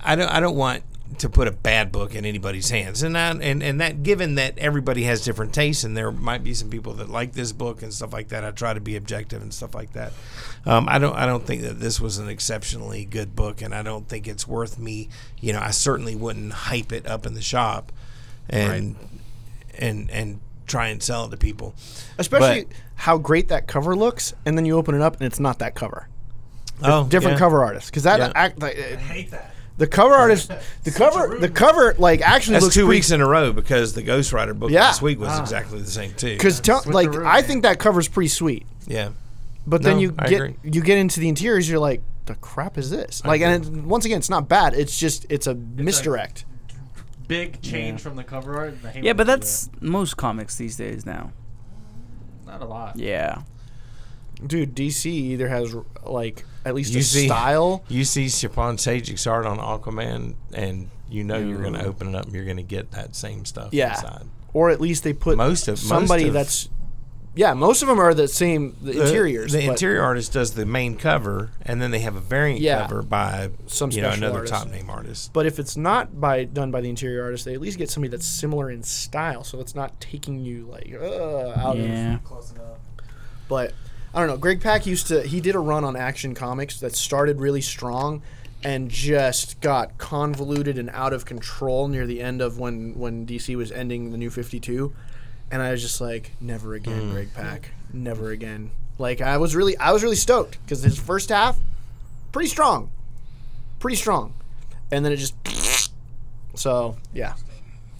S3: I don't, I don't want to put a bad book in anybody's hands, and I, and and that given that everybody has different tastes, and there might be some people that like this book and stuff like that. I try to be objective and stuff like that. Um, I don't, I don't think that this was an exceptionally good book, and I don't think it's worth me. You know, I certainly wouldn't hype it up in the shop, and and and try and sell it to people.
S1: Especially
S3: But-
S1: how great that cover looks, and then you open it up and it's not that cover.
S3: Oh,
S1: Different
S3: yeah.
S1: cover artist because that
S3: Yeah.
S1: act like, uh,
S5: I hate that.
S1: the cover artist the cover the cover like actually
S3: That's
S1: looks
S3: two
S1: pretty-
S3: weeks in a row because the Ghost Rider book
S1: Yeah.
S3: this week was exactly the same too.
S1: Because tell
S5: With
S1: like
S5: the room,
S1: I
S5: man.
S1: think that cover's pretty sweet,
S3: yeah,
S1: but then
S3: No,
S1: you
S3: I
S1: get
S3: agree.
S1: you get into the interiors, you're like, the crap is this? like, and it, once again, it's not bad. It's just it's a misdirect.
S5: Big change from the cover art. and I hate
S4: yeah,
S5: when
S4: but
S5: they do
S4: that's most comics these days now.
S5: that. not a lot.
S4: Yeah,
S1: Dude, DC either has like at least
S3: You
S1: a
S3: see-
S1: style.
S3: you see Chapon Sajik's art on Aquaman, and you know you're going to open it up, and you're going to get that same stuff.
S1: Yeah.
S3: inside.
S1: or at least they put
S3: Most of- most
S1: somebody
S3: of-
S1: that's yeah. Most of them are the same. The, interiors,
S3: The,
S1: but
S3: interior artist does the main cover, and then they have a variant
S1: Yeah.
S3: cover by
S1: Some
S3: you know
S1: special
S3: another
S1: artist.
S3: top name artist.
S1: But if it's not by done by the interior artist, they at least get somebody that's similar in style, so it's not taking you like uh, out of
S4: Oh, yeah.
S5: Close enough.
S1: but I don't know. Greg Pack used to he did a run on Action Comics that started really strong and just got convoluted and out of control near the end of when when DC was ending the New 52 and I was just like never again Greg Pack never again. Like I was really I was really stoked cuz his first half pretty strong. Pretty strong. And then it just so, yeah.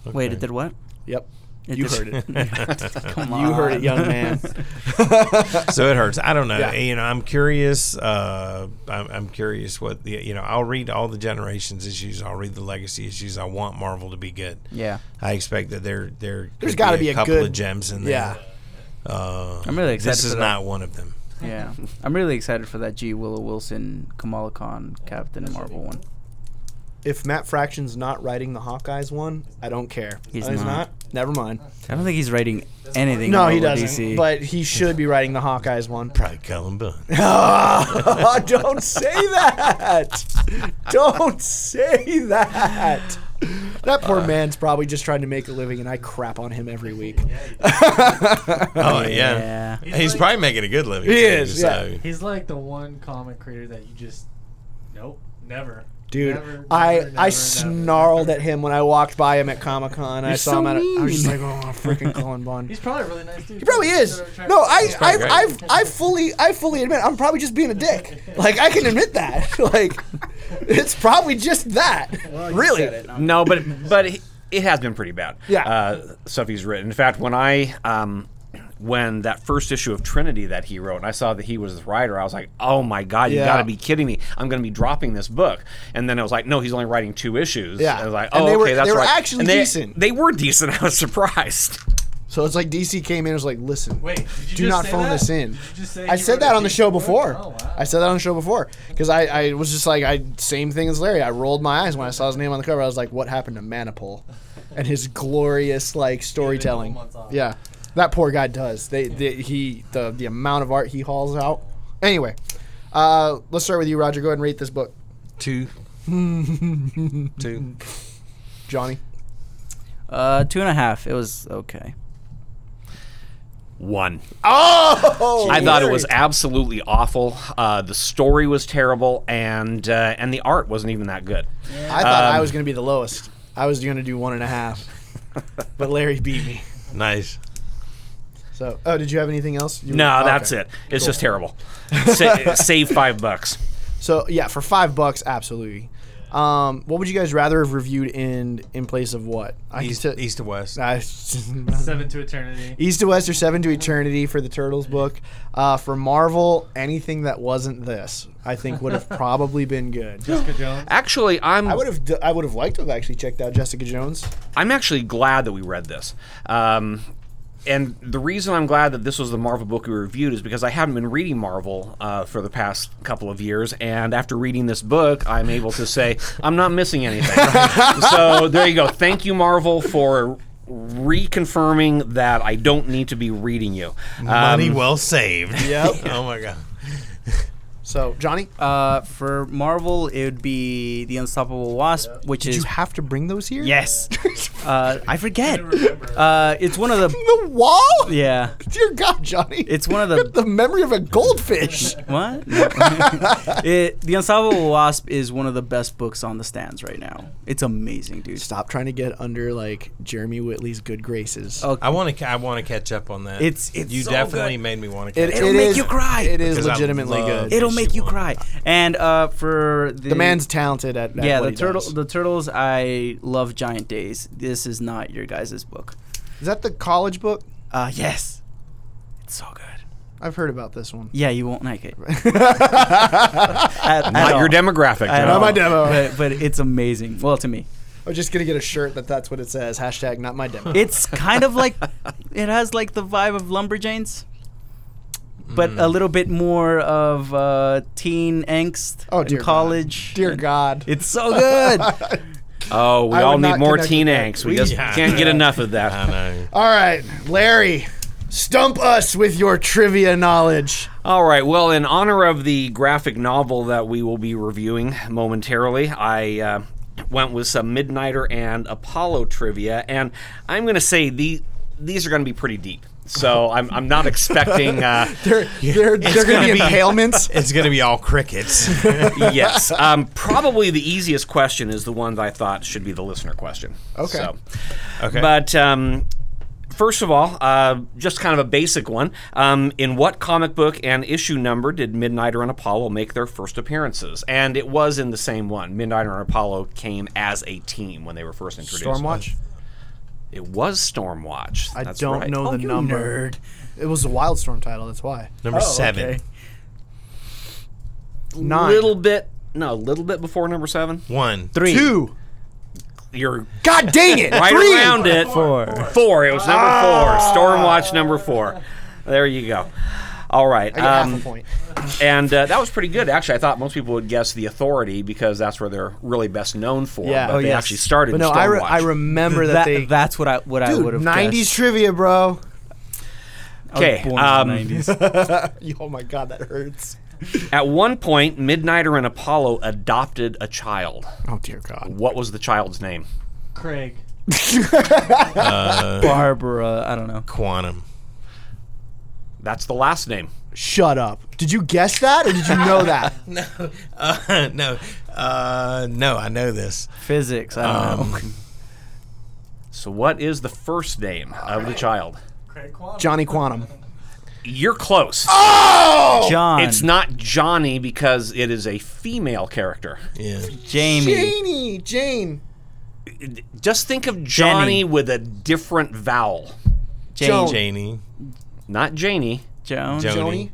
S4: Wait, it did what?
S1: Yep.
S4: It
S1: you
S4: did-
S1: heard it.
S4: Come on.
S1: You heard it, young man.
S3: so it hurts. I don't know.
S1: Yeah.
S3: You know, I'm curious. Uh, I'm, I'm curious what the you know. I'll read all the generations issues. I'll read the legacy issues. I want Marvel to be good.
S4: Yeah,
S3: I expect that there there
S1: There's
S3: could
S1: gotta be a
S3: couple
S1: good-
S3: of gems in
S1: yeah.
S3: there. Uh,
S4: I'm really excited
S3: This is
S4: for that.
S3: not one of them.
S4: yeah. I'm really excited for that G. Willow Wilson, Kamala Khan, Captain Marvel one.
S1: if Matt Fraction's not writing the Hawkeyes one, I don't care.
S4: He's
S1: Oh,
S4: not.
S1: Never mind.
S4: I don't think he's writing anything.
S1: No,
S4: Marvel
S1: he doesn't.
S4: DC.
S1: But he should be writing the Hawkeyes one.
S3: Probably Cullen Bunn.
S1: Oh, don't say that. Don't say that. That poor
S4: Uh.
S1: man's probably just trying to make a living, and I crap on him every week.
S3: oh yeah.
S4: Yeah.
S3: He's, probably making a good living.
S1: He
S3: too,
S1: is, yeah.
S3: so-
S5: He's like the one comic creator that you just, nope, never.
S1: Dude,
S5: Never,
S1: I
S5: never,
S1: I
S5: never,
S1: snarled
S5: never.
S1: at him when I walked by him at Comic Con. I
S4: You're
S1: saw
S4: so
S1: him at. A, I was just
S4: mean.
S1: like, oh, freaking Colin Bond.
S5: He's probably a really nice dude.
S1: He probably is. No, I,
S3: probably
S1: I,
S3: great.
S1: I've, I fully, I fully admit I'm probably just being a dick. Like I can admit that. Like it's probably just that. really.
S2: No, but but it, it has been pretty bad.
S1: Yeah.
S2: uh, stuff he's written. In fact, when I um, when that first issue of Trinity that he wrote, and I saw that he was the writer, I was like, "Oh my god, you
S1: Yeah.
S2: got to be kidding me! I'm going to be dropping this book." And then I was like, "No, he's only writing two issues."
S1: Yeah.
S2: And I was like, "Oh,
S1: And they
S2: okay,
S1: were-
S2: that's
S1: they were
S2: right."
S1: actually
S2: And they,
S1: decent.
S2: They were decent. I was surprised.
S1: So it's like DC came in and was like, listen,
S5: Wait, did you
S1: do
S5: just
S1: not
S5: say
S1: phone
S5: that?
S1: this in.
S5: Did you just say
S1: I
S5: you
S1: said
S5: wrote
S1: that
S5: a
S1: on the
S5: DC
S1: show
S5: book?
S1: before.
S5: Oh, wow.
S1: I said that on the show before because I, I was just like I same thing as Larry. I rolled my eyes when I saw his name on the cover. I was like, what happened to Manipul, and his glorious like storytelling.
S5: months off.
S1: Yeah, that poor guy does. They, they he the the amount of art he hauls out. Anyway, uh, let's start with you, Roger. Go ahead and rate this book,
S3: Two. Two.
S1: Johnny.
S4: Uh, two and a half. It was okay.
S2: One.
S1: Oh,
S2: I thought it was absolutely awful. Uh, the story was terrible, and uh, and the art wasn't even that good.
S1: I thought I was going to be the lowest. I was going to do one and a half, but Larry beat me.
S3: Nice.
S1: So, oh, did you have anything else? You-
S2: No,
S1: okay.
S2: that's it. It's just terrible. Sa- save five bucks.
S1: So, yeah, for five bucks, absolutely. Um, what would you guys rather have reviewed in in place of what? I
S3: East,
S1: could t-
S3: east to west.
S1: I-
S5: Seven to eternity.
S1: East to West or Seven to Eternity for the Turtles book. Uh, for Marvel, anything that wasn't this, I think, would have probably been good.
S5: Jessica Jones.
S2: Actually, I'm
S1: I would have, d- I would have liked to have actually checked out Jessica Jones.
S2: I'm actually glad that we read this. Um, and the reason I'm glad that this was the Marvel book we reviewed is because I haven't been reading Marvel uh, for the past couple of years. And after reading this book, I'm able to say, I'm not missing anything. so there you go. Thank you, Marvel, for reconfirming that I don't need to be reading you. Um,
S3: Money well saved.
S1: Yep.
S3: oh my god.
S1: So, Johnny,
S4: Uh, for Marvel, it would be the Unstoppable Wasp, which
S1: did
S4: is
S1: you have to bring those here?
S4: yes. uh, I forget. Uh, it's one of the
S1: The wall?
S4: yeah.
S1: Dear God, Johnny.
S4: It's one of
S1: You
S4: the
S1: got the memory of a goldfish.
S4: What? it, the Unstoppable Wasp is one of the best books on the stands right now. It's amazing, dude.
S1: Stop trying to get under like Jeremy Whitley's good graces.
S4: Oh,
S3: I want to. I want to catch up on that.
S4: It's- it's
S3: you
S4: so
S3: definitely
S4: good.
S3: made me want to.
S1: It-
S3: catch
S1: it
S4: It'll make
S1: is-
S4: you cry.
S1: It is
S3: Because I
S1: legitimately
S3: love-
S1: good.
S4: It'll
S3: she
S4: make you
S3: won.
S4: cry. And uh, for the,
S1: the man's talented at, at
S4: yeah,
S1: what
S4: the
S1: he
S4: turtle,
S1: does.
S4: the turtles. I love Giant Days. This is not your guys' book.
S1: Is that the college book?
S4: Uh, yes, it's so good.
S1: I've heard about this one.
S4: Yeah, you won't like it. At- at
S2: not your
S4: all.
S2: demographic.
S4: At
S2: no.
S1: Not
S4: all.
S1: my demo.
S4: But, but it's amazing. Well, to me,
S1: I'm just gonna get a shirt that that's what it says. Hashtag not my demo.
S4: it's kind of like it has like the vibe of Lumberjanes, but
S2: Hmm.
S4: a little bit more of uh, teen angst.
S1: Oh,
S4: and
S1: dear God.
S4: college.
S1: Dear
S4: And
S1: God.
S4: It's so good.
S2: Oh, we
S1: I
S2: all
S1: would
S2: need
S1: not
S2: more
S1: connect
S2: teen
S1: with that.
S2: angst. We
S1: We- Um,
S2: just
S3: Yeah.
S2: can't get enough of that.
S3: I know.
S1: All right, Larry, stump us with your trivia knowledge.
S2: All right. Well, in honor of the graphic novel that we will be reviewing momentarily, I uh, went with some Midnighter and Apollo trivia, and I'm going to say the these are going to be pretty deep. So I'm, I'm not expecting. Uh,
S1: They're they're, they're gonna,
S3: gonna
S1: be
S3: be-
S1: impalements.
S3: It's gonna be all crickets.
S2: yes. Um, probably the easiest question is the one that I thought should be the listener question.
S1: Okay.
S2: So,
S3: Okay.
S2: But um, first of all, uh, just kind of a basic one. Um, in what comic book and issue number did Midnighter and Apollo make their first appearances? And it was in the same one. Midnighter and Apollo came as a team when they were first introduced.
S1: Stormwatch.
S2: It was Stormwatch.
S1: I
S2: That's
S1: don't
S2: right.
S1: know
S4: Oh,
S1: the
S4: you
S1: number.
S4: nerd.
S1: It was a Wildstorm title. That's why.
S3: Number seven.
S4: okay.
S1: Nine.
S2: Little bit. No, a little bit before number seven.
S3: One.
S4: Three,
S1: Two.
S2: You're
S1: God dang it.
S2: right
S1: Three. Ah.
S2: around it.
S4: four.
S2: Four. It was number four. Stormwatch number four. There you go. All right.
S1: I get half a
S2: um,
S1: point.
S2: and uh, that was pretty good, actually. I thought most people would guess the Authority because that's where they're really best known for.
S1: Yeah.
S2: but
S1: Oh,
S2: they
S4: yes.
S2: actually started.
S1: But
S2: in
S1: no, I, re-
S2: Stormwatch.
S1: I remember that,
S4: That,
S1: they.
S4: that's what I what I would
S1: dude,
S4: have.
S1: 90s trivia, bro.
S2: Okay, um,
S4: nineties.
S1: Oh my God, that hurts.
S2: At one point, Midnighter and Apollo adopted a child.
S1: Oh dear God.
S2: What was the child's name?
S5: Craig.
S4: Barbara. I don't know.
S3: Quantum.
S2: That's the last name.
S1: Shut up. Did you guess that or did you know that?
S3: No. Uh, no. Uh, no. I know this.
S4: Physics. I don't
S2: Um,
S4: know.
S2: So, what is the first name of the child?
S5: Craig Quantum.
S1: Johnny Quantum.
S2: You're close.
S1: Oh,
S4: John.
S2: It's not Johnny because it is a female character.
S3: Yeah.
S4: Jamie.
S1: Janie, Jane,
S2: Just think of Johnny
S4: Jenny.
S2: with a different vowel.
S4: Jane.
S1: Joan.
S3: Janie.
S2: Not Janie,
S3: Joan.
S4: Joan.
S1: Joni,
S3: Joni.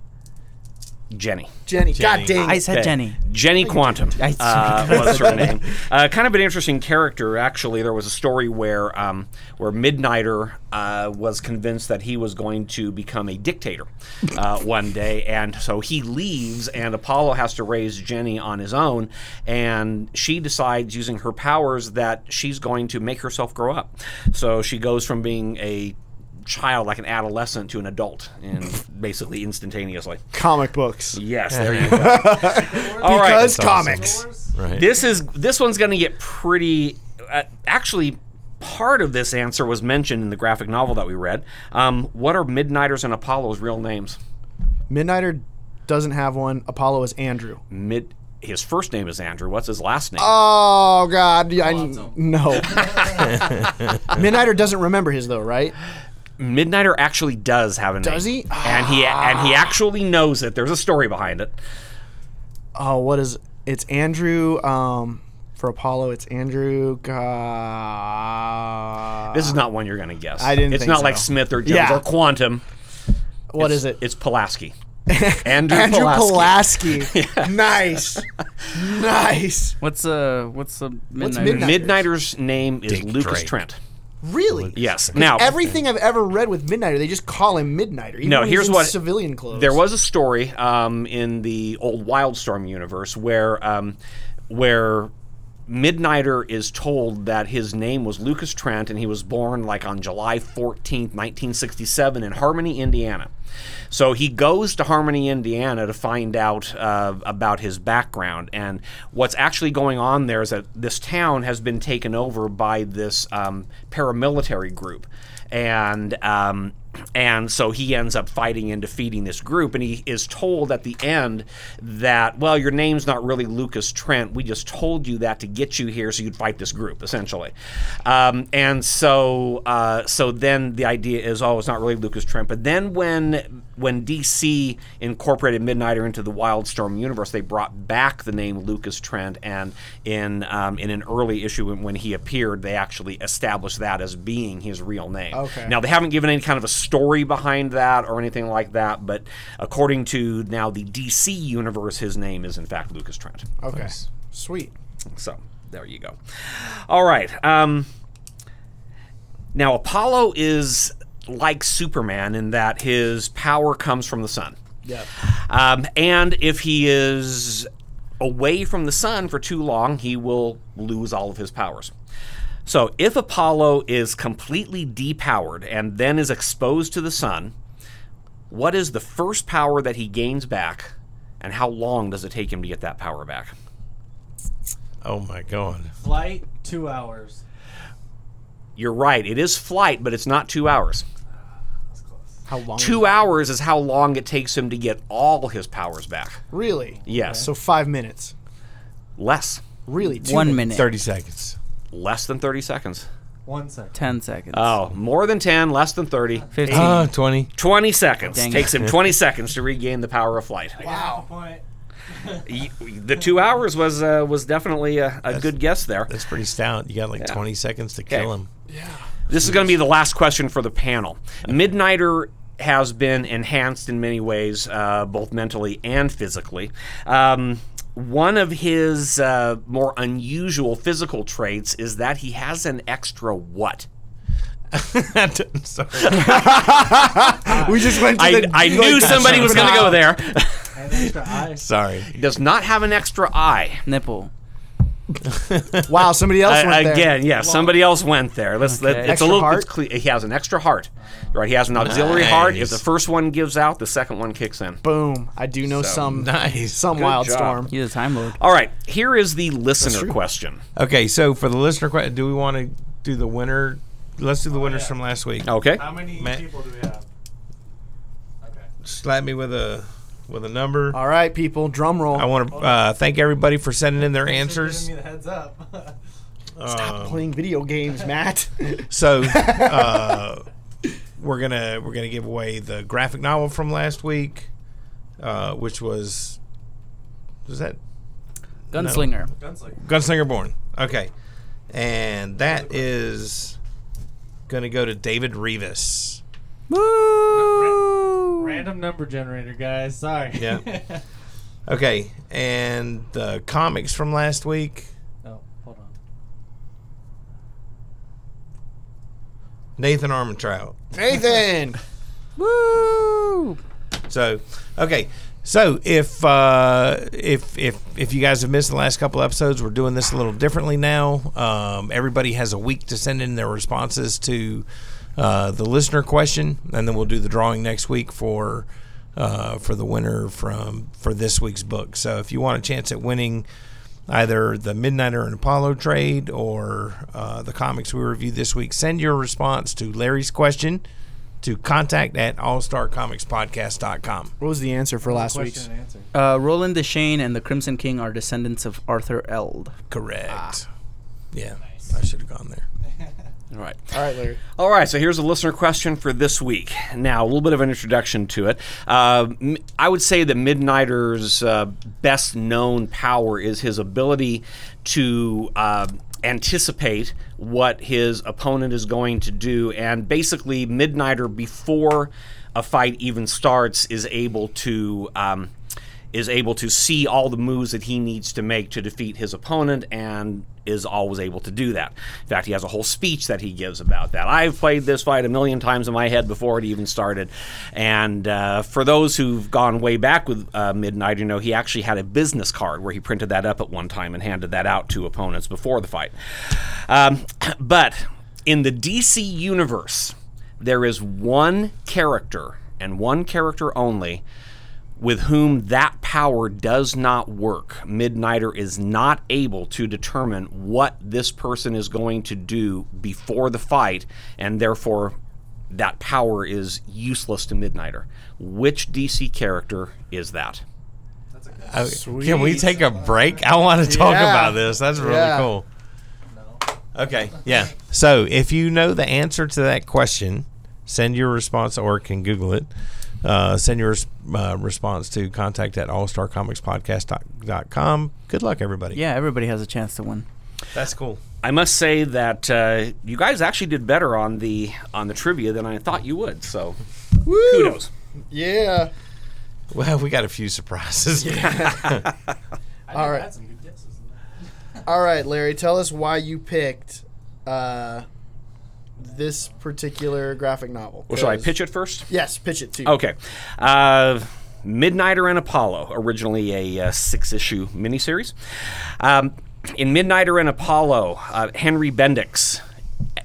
S2: Jenny.
S1: Jenny. God
S3: Jenny.
S1: dang.
S4: I
S1: it.
S4: said
S2: Okay.
S4: Jenny.
S2: Jenny Quantum
S4: I-
S2: uh, was her name. Uh, kind of an interesting character, actually. There was a story where um, where Midnighter uh, was convinced that he was going to become a dictator uh, one day, and so he leaves, and Apollo has to raise Jenny on his own, and she decides, using her powers, that she's going to make herself grow up. So she goes from being a child, like an adolescent, to an adult, and basically instantaneously.
S1: Comic books.
S2: Yes, there you go. All right.
S1: Because
S3: awesome.
S1: comics.
S3: Right.
S2: This is this one's going to get pretty. Uh, actually, part of this answer was mentioned in the graphic novel that we read. Um, what are Midnighters and Apollo's real names?
S1: Midnighter doesn't have one. Apollo is Andrew.
S2: Mid. His first name is Andrew. What's his last name?
S1: Oh God, yeah, I no. Midnighter doesn't remember his though, right?
S2: Midnighter actually does have a name.
S1: Does he? Ah,
S2: And he and he actually knows it. There's a story behind it.
S1: Oh, what is it's Andrew? Um, for Apollo, it's Andrew. God,
S2: This is not one you're going to guess.
S1: I didn't
S2: It's
S1: think
S2: not
S1: so.
S2: like Smith or Jones
S1: Yeah.
S2: or Quantum.
S1: what
S2: it's,
S1: is it?
S2: It's Pulaski. Andrew,
S1: Andrew
S2: Pulaski.
S1: Pulaski. Nice, nice.
S4: What's uh what's the midnight?
S1: midnight?
S2: Midnighter's name is
S3: Dick
S2: Lucas
S3: Drake.
S2: Trent.
S1: Really?
S2: Yes. Now,
S1: Everything I've ever read with Midnighter, they just call him Midnighter. Even
S2: No,
S1: when he's
S2: here's
S1: in
S2: what-
S1: civilian clothes.
S2: there was a story um, in the old Wildstorm universe where um, where Midnighter is told that his name was Lucas Trent and he was born like on July 14th, 1967 in Harmony, Indiana. So he goes to Harmony, Indiana to find out uh, about his background. And what's actually going on there is that this town has been taken over by this um, paramilitary group. And um, and so he ends up fighting and defeating this group. And he is told at the end that, well, your name's not really Lucas Trent. We just told you that to get you here so you'd fight this group, essentially. Um, and so, uh, so then the idea is, oh, it's not really Lucas Trent. But then when when DC incorporated Midnighter into the Wildstorm universe, they brought back the name Lucas Trent. And in um, in an early issue when, when he appeared, they actually established that as being his real name.
S1: Okay.
S2: Now now, Uh, they haven't given any kind of a story behind that or anything like that, but according to now the DC universe, his name is in fact Lucas Trent.
S1: okay. Sweet.
S2: So there you go. All right. Um, now, Apollo is like Superman in that his power comes from the sun.
S1: Yeah.
S2: Um, and if he is away from the sun for too long, he will lose all of his powers. So, if Apollo is completely depowered and then is exposed to the sun, what is the first power that he gains back, and how long does it take him to get that power back?
S3: Oh my god.
S5: Flight two hours.
S2: You're right, it is flight, but it's not two hours.
S5: That's close.
S1: How long?
S2: Two hours is how long it takes him to get all his powers back.
S1: Really?
S2: Yes,
S1: So five minutes.
S2: less.
S1: Really? Two
S4: One
S1: minutes.
S4: minute.
S3: Thirty seconds.
S2: Less than 30 seconds.
S5: One second.
S4: Ten seconds.
S2: Oh, more than 10, less than 30.
S4: Fifteen.
S3: Ah, twenty.
S2: 20 seconds.
S4: Dang it.
S2: Takes him 20 seconds to regain the power of flight.
S5: Wow. Point.
S2: Y- The two hours was uh, was definitely a, a good guess there.
S3: That's pretty stout. You got like twenty seconds to kill him.
S2: This is going to be the last question for the panel. Midnighter has been enhanced in many ways, uh, both mentally and physically. Um, one of his uh, more unusual physical traits is that he has an extra what?
S3: Sorry.
S1: We just went to
S2: I,
S1: the.
S2: I knew somebody was going to go there.
S5: And extra eyes.
S3: Sorry.
S2: Does not have an extra eye.
S4: Nipple.
S1: Wow, somebody else
S2: Uh,
S1: went there.
S2: again, yeah, somebody else went there. Let's, let, it's
S1: Extra
S2: a little.
S1: heart?
S2: It's cle- he has an extra heart, right? He has an auxiliary heart. If
S3: Nice.
S2: the first one gives out, the second one kicks in.
S1: Boom. I do know some.
S3: Nice.
S1: Some wild
S2: job.
S1: storm.
S4: He's a time lord.
S2: All right, here is the listener question.
S3: Okay, so for the listener question, do we want to do the winner? Let's do the winners
S5: yeah.
S3: from last week.
S2: Okay,
S5: How many
S3: Ma-
S5: people do we have? Okay.
S3: Slap me with a with a number.
S1: All right, people. Drum roll.
S3: I want to uh, thank everybody for sending in their
S5: Thanks for
S3: answers.
S5: Giving me the heads up.
S3: Um,
S1: Playing video games, Matt.
S3: so uh, we're gonna we're gonna give away the graphic novel from last week, uh, which was was that
S4: Gunslinger.
S5: Gunslinger.
S3: Gunslinger Born. Okay, and that is gonna go to David Revis.
S5: Random number generator, guys. Sorry.
S3: Yeah. Okay, and the comics from last week.
S5: oh, hold on.
S3: Nathan Armentrout.
S1: Nathan.
S4: Woo!
S3: So, okay. So if uh, if if if you guys have missed the last couple episodes, we're doing this a little differently now. Um, everybody has a week to send in their responses to uh, the listener question, and then we'll do the drawing next week for uh, for the winner from for this week's book. So if you want a chance at winning either the Midnighter and Apollo trade or uh, the comics we reviewed this week, send your response to Larry's question to contact at allstarcomicspodcast.com.
S1: What was the answer for last week's?
S5: Question and answer.
S4: Uh, Roland the Shane and the Crimson King are descendants of Arthur Eld.
S3: Correct. Yeah, I should have gone there.
S2: All right.
S1: All right, Larry.
S2: All right, so here's a listener question for this week. Now, a little bit of an introduction to it. Uh, m- I would say that Midnighter's uh, best known power is his ability to uh, anticipate what his opponent is going to do. And basically, Midnighter, before a fight even starts, is able to. Um, is able to see all the moves that he needs to make to defeat his opponent and is always able to do that. In fact, he has a whole speech that he gives about that. I've played this fight a million times in my head before it even started. And uh, for those who've gone way back with uh, Midnight, you know, he actually had a business card where he printed that up at one time and handed that out to opponents before the fight. Um, but in the DC universe, there is one character and one character only with whom that power does not work. Midnighter is not able to determine what this person is going to do before the fight, and therefore that power is useless to Midnighter. Which DC character is that?
S3: Uh, Can we take a break? I want to talk
S1: Yeah.
S3: about this. That's really
S1: Yeah.
S3: cool. Okay, yeah. So if you know the answer to that question, send your response or can Google it. Uh, send your res- uh, response to contact at allstarcomicspodcast.com. Good luck, everybody.
S4: Yeah, everybody has a chance to win.
S3: That's cool.
S2: I must say that uh, you guys actually did better on the on the trivia than I thought you would. So kudos.
S1: Yeah.
S3: Well, we got a few surprises.
S1: All right.
S5: That's some good guesses.
S1: All right, Larry, tell us why you picked uh, this particular graphic novel.
S2: Well, shall I pitch it Oh. first?
S1: Yes, pitch it to you.
S2: Okay. Uh, Midnighter and Apollo, originally a uh, six issue miniseries. Um, in Midnighter and Apollo, uh, Henry Bendix,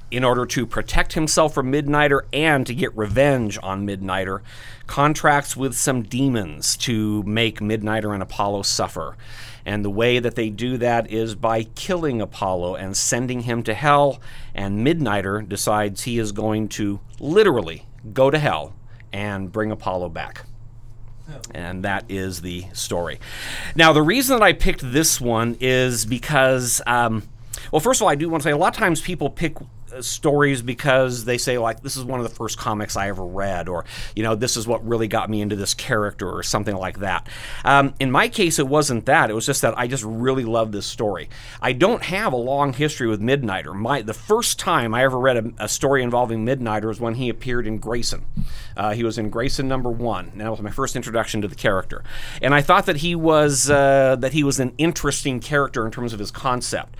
S2: in order to protect himself from Midnighter and to get revenge on Midnighter, contracts with some demons to make Midnighter and Apollo suffer. And the way that they do that is by killing Apollo and sending him to hell. And Midnighter decides he is going to literally go to hell and bring Apollo back. And that is the story. Now, the reason that I picked this one is because, um, well, first of all, I do want to say a lot of times people pick uh, stories because they say, like, this is one of the first comics I ever read, or, you know, this is what really got me into this character, or something like that. Um, in my case, it wasn't that. It was just that I just really loved this story. I don't have a long history with Midnighter. My, the first time I ever read a, a story involving Midnighter was when he appeared in Grayson. Uh, he was in Grayson number one. And that was my first introduction to the character, and I thought that he was uh, that he was an interesting character in terms of his concept.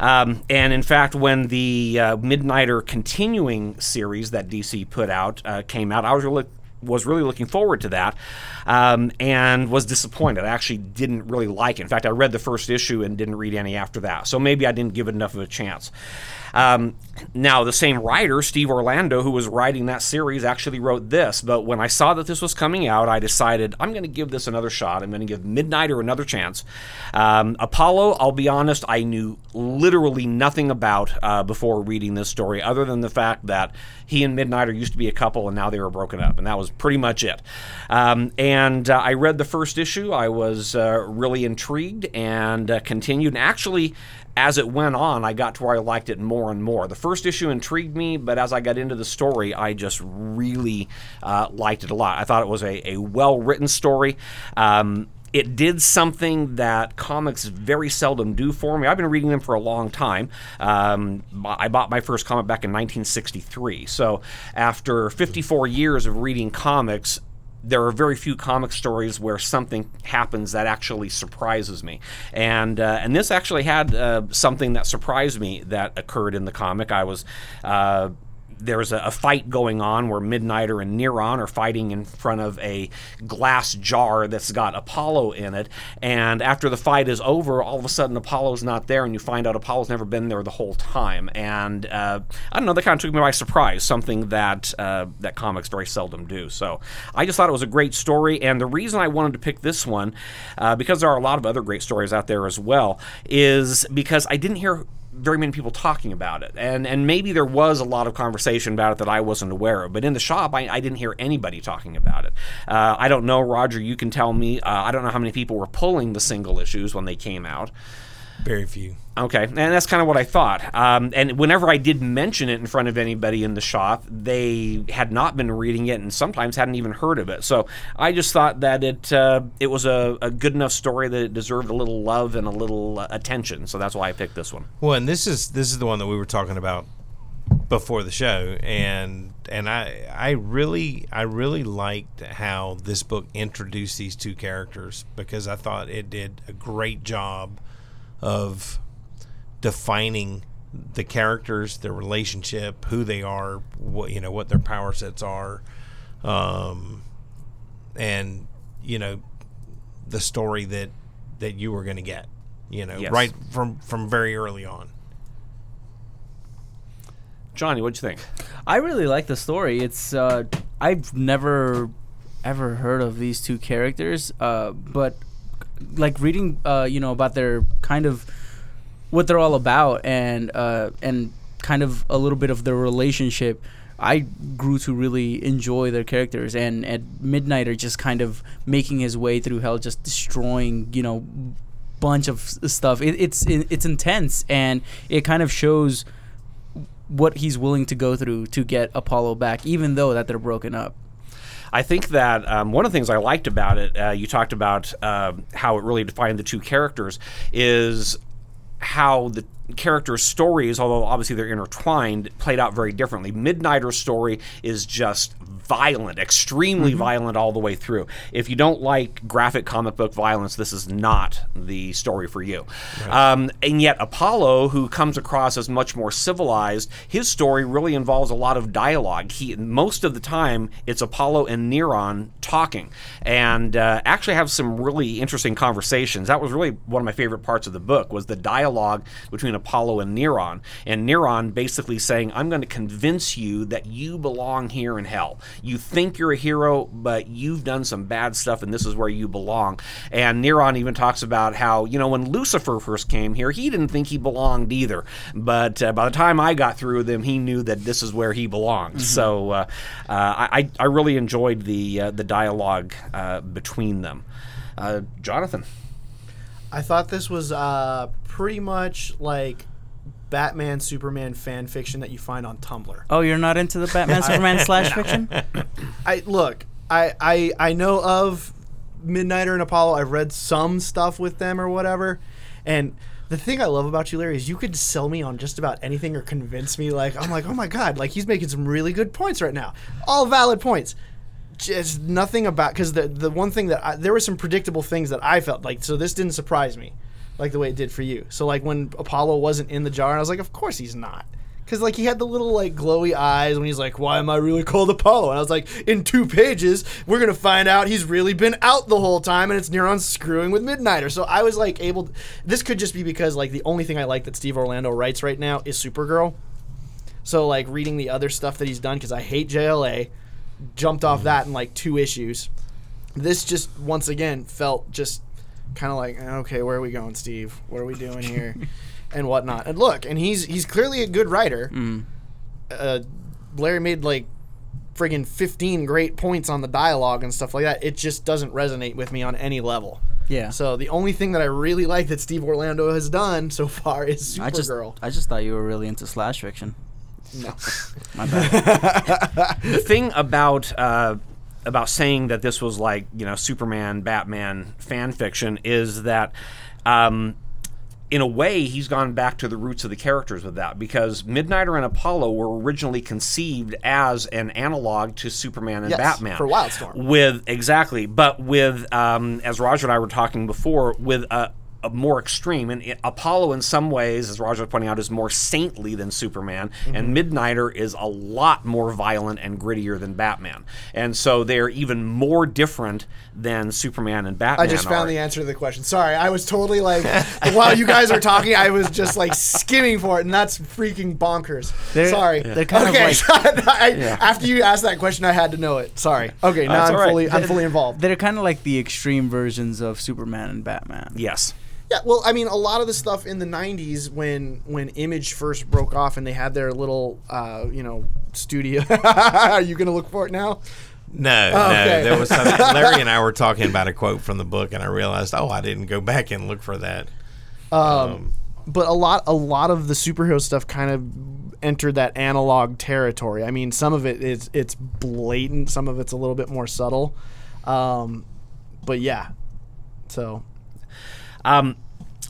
S2: Um, and in fact, when the uh, Midnighter continuing series that DC put out uh, came out, I was really was really looking forward to that um, and was disappointed. I actually didn't really like it. In fact, I read the first issue and didn't read any after that. So maybe I didn't give it enough of a chance. Um, now, the same writer, Steve Orlando, who was writing that series, actually wrote this. But when I saw that this was coming out, I decided I'm going to give this another shot. I'm going to give Midnighter another chance. Um, Apollo, I'll be honest, I knew literally nothing about uh, before reading this story, other than the fact that he and Midnighter used to be a couple and now they were broken up. And that was pretty much it. Um, and uh, I read the first issue. I was uh, really intrigued and uh, continued. And actually, as it went on, I got to where I liked it more and more. The first issue intrigued me, but as I got into the story, I just really uh, liked it a lot. I thought it was a, a well written story. Um, it did something that comics very seldom do for me. I've been reading them for a long time. Um, b- I bought my first comic back in 1963. So, after 54 years of reading comics, there are very few comic stories where something happens that actually surprises me, and uh, and this actually had uh, something that surprised me that occurred in the comic. I was. Uh, there's a, a fight going on where Midnighter and Neron are fighting in front of a glass jar that's got Apollo in it. And after the fight is over, all of a sudden Apollo's not there, and you find out Apollo's never been there the whole time. And uh, I don't know, that kind of took me by surprise, something that uh, that comics very seldom do. So I just thought it was a great story. And the reason I wanted to pick this one, uh, because there are a lot of other great stories out there as well, is because I didn't hear very many people talking about it. And and maybe there was a lot of conversation about it that I wasn't aware of. But in the shop, I, I didn't hear anybody talking about it. Uh, I don't know, Roger. You can tell me. Uh, I don't know how many people were pulling the single issues when they came out.
S3: Very few.
S2: Okay, and that's kind of what I thought. Um, and whenever I did mention it in front of anybody in the shop, they had not been reading it and sometimes hadn't even heard of it. So I just thought that it uh, it was a, a good enough story that it deserved a little love and a little uh, attention. So that's why I picked this one.
S3: Well, and this is this is the one that we were talking about before the show, and and I I really I really liked how this book introduced these two characters because I thought it did a great job of defining the characters, their relationship, who they are, what you know, what their power sets are, um, and you know, the story that that you were going to get, you know,
S2: Yes.
S3: right from from very early on.
S2: Johnny, what'd you think?
S4: I really like the story. It's uh, I've never ever heard of these two characters, uh, but like reading uh, you know about their kind of what they're all about and uh, and kind of a little bit of their relationship. I grew to really enjoy their characters, and at Midnighter just kind of making his way through hell, just destroying you know bunch of s- stuff. It, it's it, it's intense, and it kind of shows what he's willing to go through to get Apollo back, even though that they're broken up.
S2: I think that um, one of the things I liked about it, uh, you talked about um how it really defined the two characters, is how the characters' stories, although obviously they're intertwined, played out very differently. Midnighter's story is just violent, extremely violent all the way through. If you don't like graphic comic book violence, this is not the story for you. Um, and yet, Apollo, who comes across as much more civilized, his story really involves a lot of dialogue. He most of the time it's Apollo and Neron talking, and uh, actually have some really interesting conversations. That was really one of my favorite parts of the book was the dialogue between Apollo and Neron, and Neron basically saying, "I'm going to convince you that you belong here in hell. You think you're a hero, but you've done some bad stuff, and this is where you belong." And Neron even talks about how you know when Lucifer first came here, he didn't think he belonged either, but uh, by the time I got through with him, he knew that this is where he belonged. So uh, uh, I, I I really enjoyed the uh, the dialogue uh, between them. Uh, Jonathan.
S1: I thought this was uh, pretty much like Batman Superman fan fiction that you find on Tumblr.
S4: Oh, you're not into the Batman Superman slash fiction?
S1: I look, I I I know of Midnighter and Apollo. I've read some stuff with them or whatever, and. The thing I love about you, Larry, is you could sell me on just about anything or convince me. Like I'm like, oh my god, like he's making some really good points right now, all valid points. Just nothing about because the the one thing that I, there were some predictable things that I felt like, so this didn't surprise me, like the way it did for you. So like when Apollo wasn't in the jar, and I was like, of course he's not. Cause like he had the little like glowy eyes when he's like, "Why am I really called Apollo?" And I was like, "In two pages, we're gonna find out he's really been out the whole time, and it's Neron screwing with Midnighter." So I was like, able. this could just be because like the only thing I like that Steve Orlando writes right now is Supergirl. So like reading the other stuff that he's done because I hate JLA, jumped off that in like two issues. This just once again felt just kind of like okay, where are we going, Steve? What are we doing here, and whatnot. And look, and he's he's clearly a good writer.
S4: Mm-hmm.
S1: Uh, Larry made like friggin' 15 great points on the dialogue and stuff like that. It just doesn't resonate with me on any level.
S4: Yeah.
S1: So the only thing that I really like that Steve Orlando has done so far is
S4: I just
S1: Supergirl.
S4: I just thought you were really into slash fiction.
S1: No.
S4: My bad.
S2: the thing about uh, about saying that this was like you know Superman, Batman fan fiction is that. Um, in a way, he's gone back to the roots of the characters with that because Midnighter and Apollo were originally conceived as an analog to Superman and
S1: Yes,
S2: Batman
S1: for Wildstorm.
S2: with exactly, but with um, as Roger and I were talking before, with a a more extreme. And it, Apollo, in some ways, as Roger was pointing out, is more saintly than Superman, and
S1: Mm-hmm.
S2: Midnighter is a lot more violent and grittier than Batman. And so they are even more different than Superman and Batman.
S1: I just
S2: are.
S1: found the answer to the question. Sorry, I was totally like, while you guys are talking, I was just like skimming for it, and that's freaking bonkers.
S4: They're-
S1: Sorry.
S4: they're kind of
S1: okay,
S4: like-
S1: so I- after you asked that question, I had to know it. Sorry. Okay, now
S2: it's
S1: I'm
S2: all right.
S1: fully, I'm fully involved.
S4: They're kind of like the extreme versions of Superman and Batman.
S2: Yes.
S1: Yeah, well, I mean, a lot of the stuff in the '90s when when Image first broke off and they had their little, uh, you know, studio. Are you gonna look for it now?
S3: No,
S1: okay.
S3: no, there was something. Larry and I were talking about a quote from the book, and I realized, oh, I didn't go back and look for that.
S1: but a lot a lot of the superhero stuff kind of entered that analog territory. I mean, some of it is it's blatant, some of it's a little bit more subtle. Um, but yeah, so
S2: Um,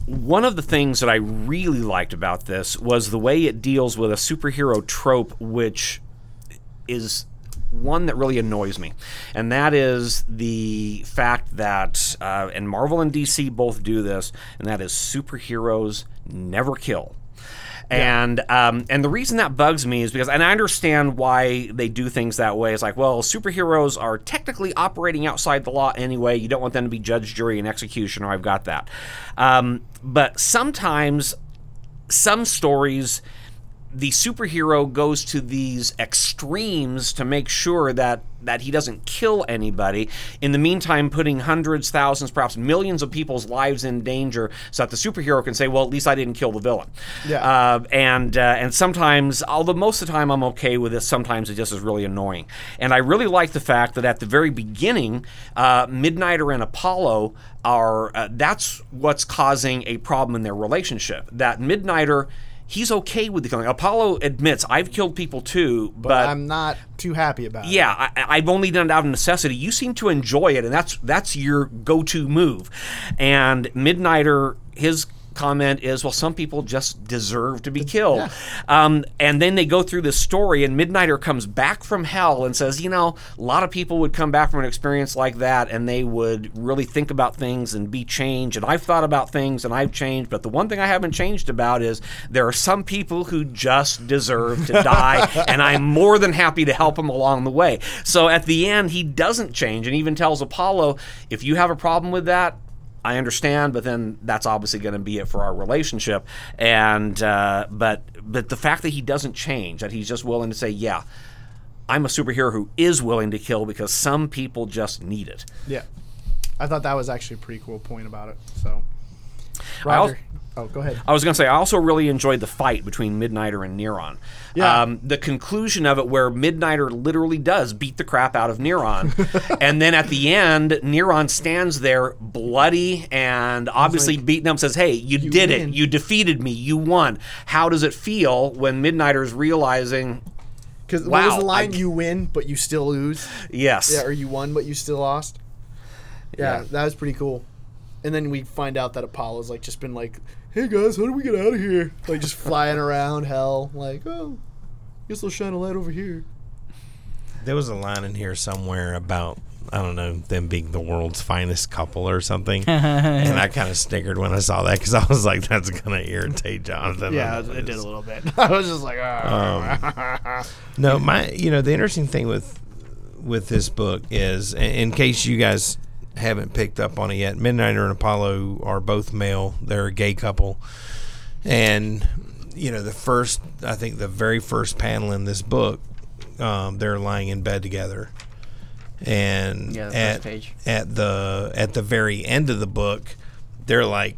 S2: one of the things that I really liked about this was the way it deals with a superhero trope, which is one that really annoys me, and that is the fact that, uh, and Marvel and DC both do this, and that is superheroes never kill. And um, and the reason that bugs me is because, and I understand why they do things that way. It's like, well, superheroes are technically operating outside the law anyway. You don't want them to be judge, jury, and executioner. I've got that. Um, but sometimes, some stories, the superhero goes to these extremes to make sure that that he doesn't kill anybody in the meantime putting hundreds thousands perhaps millions of people's lives in danger so that the superhero can say well at least i didn't kill the villain
S1: Yeah.
S2: uh, and uh, and sometimes although most of the time i'm okay with this sometimes it just is really annoying and i really like the fact that at the very beginning uh, midnighter and apollo are uh, that's what's causing a problem in their relationship that midnighter he's okay with the killing. Apollo admits, I've killed people too, but,
S1: I'm not too happy about it.
S2: yeah, I- I, I've only done it out of necessity. You seem to enjoy it, and that's that's your go-to move. And Midnighter, his comment is, well, some people just deserve to be killed. Um, and then they go through this story, and Midnighter comes back from hell and says, you know, a lot of people would come back from an experience like that, and they would really think about things and be changed. And I've thought about things, and I've changed. But the one thing I haven't changed about is there are some people who just deserve to die, and I'm more than happy to help him along the way. So at the end, he doesn't change and even tells Apollo, if you have a problem with that, I understand, but then that's obviously going to be it for our relationship. And uh, but but the fact that he doesn't change, that he's just willing to say, yeah, I'm a superhero who is willing to kill because some people just need it.
S1: Yeah, I thought that was actually a pretty cool point about it. So,
S2: I al-
S1: Roger, oh, go ahead.
S2: I was going to say, I also really enjoyed the fight between Midnighter and Neron.
S1: Yeah.
S2: the conclusion of it, where Midnighter literally does beat the crap out of Neron. and then at the end, Neron stands there bloody and obviously beaten up, says, Hey, you, did
S1: win."
S2: it. You defeated me. You won. How does it feel when Midnighter's realizing,
S1: Because what
S2: Wow,
S1: was the line?
S2: I-
S1: you win, but you still lose.
S2: yes?
S1: Yeah, or you won, but you still lost. Yeah,
S2: Yeah.
S1: that was pretty cool. And then we find out that Apollo's like just been like, "Hey guys, how do we get out of here?" Like just flying around hell, like, "Oh, guess we'll shine a light over here."
S3: There was a line in here somewhere about I don't know them being the world's finest couple or something, and I kind of snickered when I saw that because I was like, that's gonna irritate Jonathan. I know is.
S1: little bit. I was just like, "Ah."
S3: No, my you know the interesting thing with with this book is, in, in case you guys haven't picked up on it yet, Midnighter and Apollo are both male. They're a gay couple, and you know the first, I think the very first panel in this book, um, they're lying in bed together, and
S5: Yeah, the first
S3: at
S5: page.
S3: at the at the very end of the book, they're like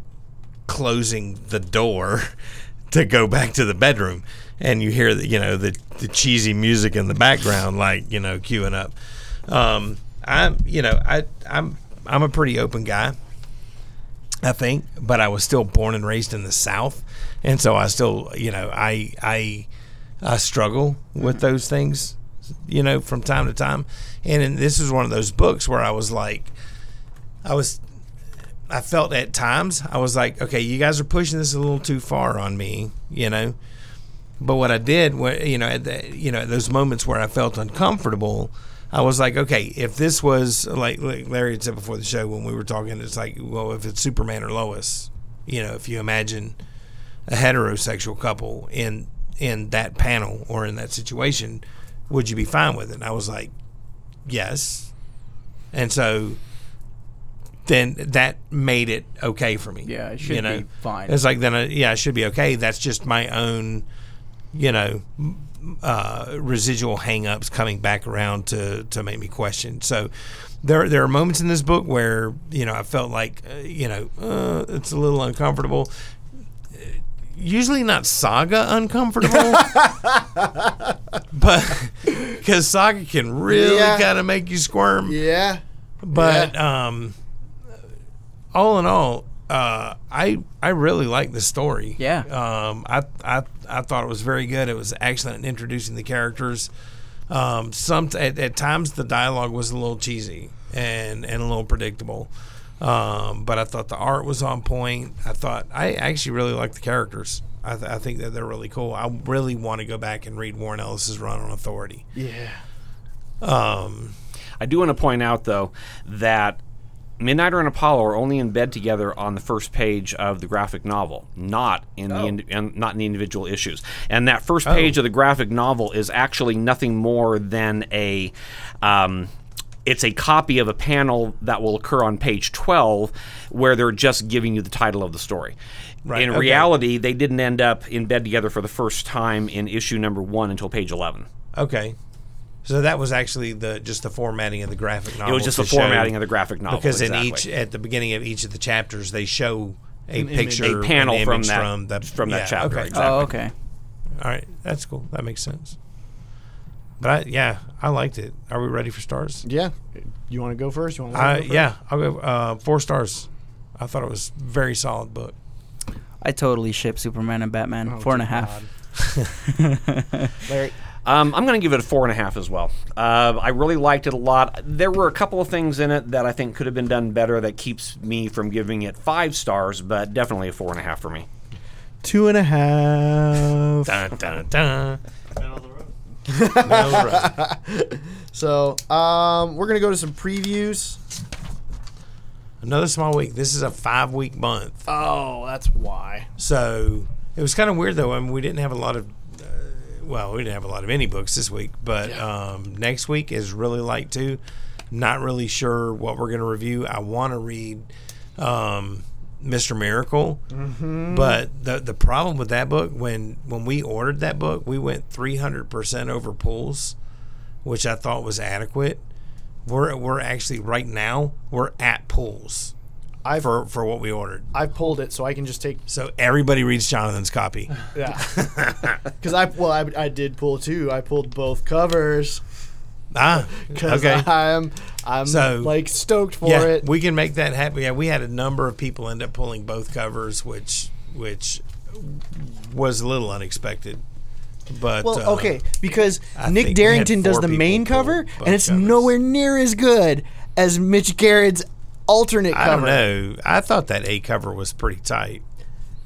S3: closing the door to go back to the bedroom and you hear the, you know the, the cheesy music in the background like you know queuing up um, i'm you know i i'm i'm a pretty open guy i think but i was still born and raised in the south and so i still you know i i i struggle with those things you know from time to time and, and this is one of those books where i was like i was I felt at times I was like, okay, you guys are pushing this a little too far on me, you know. But what I did, wa- you know, at the, you know, at those moments where I felt uncomfortable, I was like, okay, if this was like, like Larry had said before the show when we were talking, it's like, well, if it's Superman or Lois, you know, if you imagine a heterosexual couple in in that panel or in that situation, would you be fine with it? And I was like, yes. And so then that made it okay for me.
S4: Yeah, it should be fine.
S3: It's like then, I, yeah, it should be okay. That's just my own, you know, m- uh, residual hangups coming back around to to make me question. So there there are moments in this book where you know I felt like uh, you know uh, it's a little uncomfortable. Uh, Usually not saga uncomfortable, but because saga can really
S1: Yeah.
S3: kind of make you squirm.
S1: Yeah.
S3: But um, all in all, uh, I I really like the story.
S4: Yeah.
S3: Um, I I I thought it was very good. It was excellent in introducing the characters. Um, some at, at times the dialogue was a little cheesy and and a little predictable. Um, but I thought the art was on point. I thought I actually really liked the characters. I, th- I think that they're really cool. I really want to go back and read Warren Ellis's run on Authority.
S1: Yeah.
S3: Um,
S2: I do want to point out, though, that Midnighter and Apollo are only in bed together on the first page of the graphic novel, not in
S3: Oh.
S2: the indi- and not in the individual issues. And that first page of the graphic novel is actually nothing more than a. Um, it's a copy of a panel that will occur on page 12 where they're just giving you the title of the story.
S3: Right,
S2: in
S3: okay.
S2: reality, they didn't end up in bed together for the first time in issue number one until page 11.
S3: Okay. So that was actually the just the formatting of the graphic novel.
S2: It was just
S3: to
S2: the formatting
S3: show-
S2: of the graphic novel.
S3: because
S2: exactly.
S3: in each at the beginning of each of the chapters they show a
S1: image.
S3: picture,
S2: A panel
S3: an
S2: from
S3: image
S2: that-
S3: from that
S2: from that
S3: yeah,
S2: chapter,
S3: Okay.
S2: exactly.
S4: Oh, okay.
S3: All right, that's cool. That makes sense. But I, yeah, I liked it. Are we ready for stars?
S1: Yeah. You want to go first? You want
S3: Uh, yeah, I'll go uh, four stars. I thought it was a very solid book.
S4: I totally ship Superman and
S3: Oh,
S4: Batman. Four and a half.
S1: Larry.
S2: Um, I'm going to give it a four and a half as well. Uh, I really liked it a lot. There were a couple of things in it that I think could have been done better that keeps me from giving it five stars, but definitely a four and a half for me.
S1: Two and a half.
S3: Dun, dun, dun.
S5: Middle of the road.
S3: Middle of the road.
S1: So um, we're gonna go to some previews.
S3: Another small week. This is a five week month.
S1: Oh, that's why.
S3: So it was kind of weird though. I mean, we didn't have a lot of, uh, well, we didn't have a lot of any books this week, but um, next week is really light too. Not really sure what we're going to review. I want to read um, Mr. Miracle, but the the problem with that book when when we ordered that book, we went three hundred percent over pulls, which I thought was adequate. We're we're actually right now we're at pulls
S1: I have
S3: for for what we ordered.
S1: I pulled it, so I can just take
S3: So everybody reads Jonathan's copy.
S1: yeah. Because I well I, I did pull two. I pulled both covers
S3: Ah,
S1: because
S3: okay.
S1: I'm I'm
S3: So-
S1: like stoked for
S3: yeah,
S1: it.
S3: we can make that happen. Yeah, we had a number of people end up pulling both covers, which which was a little unexpected. But
S1: Well,
S3: uh,
S1: okay, because
S3: I think we
S1: Nick
S3: had
S1: Darrington does
S3: four
S1: the
S3: people
S1: main
S3: pull
S1: cover,
S3: both
S1: and it's
S3: covers.
S1: nowhere near as good as Mitch Garrett's alternate
S3: I
S1: cover.
S3: don't know. I thought that A cover was pretty tight.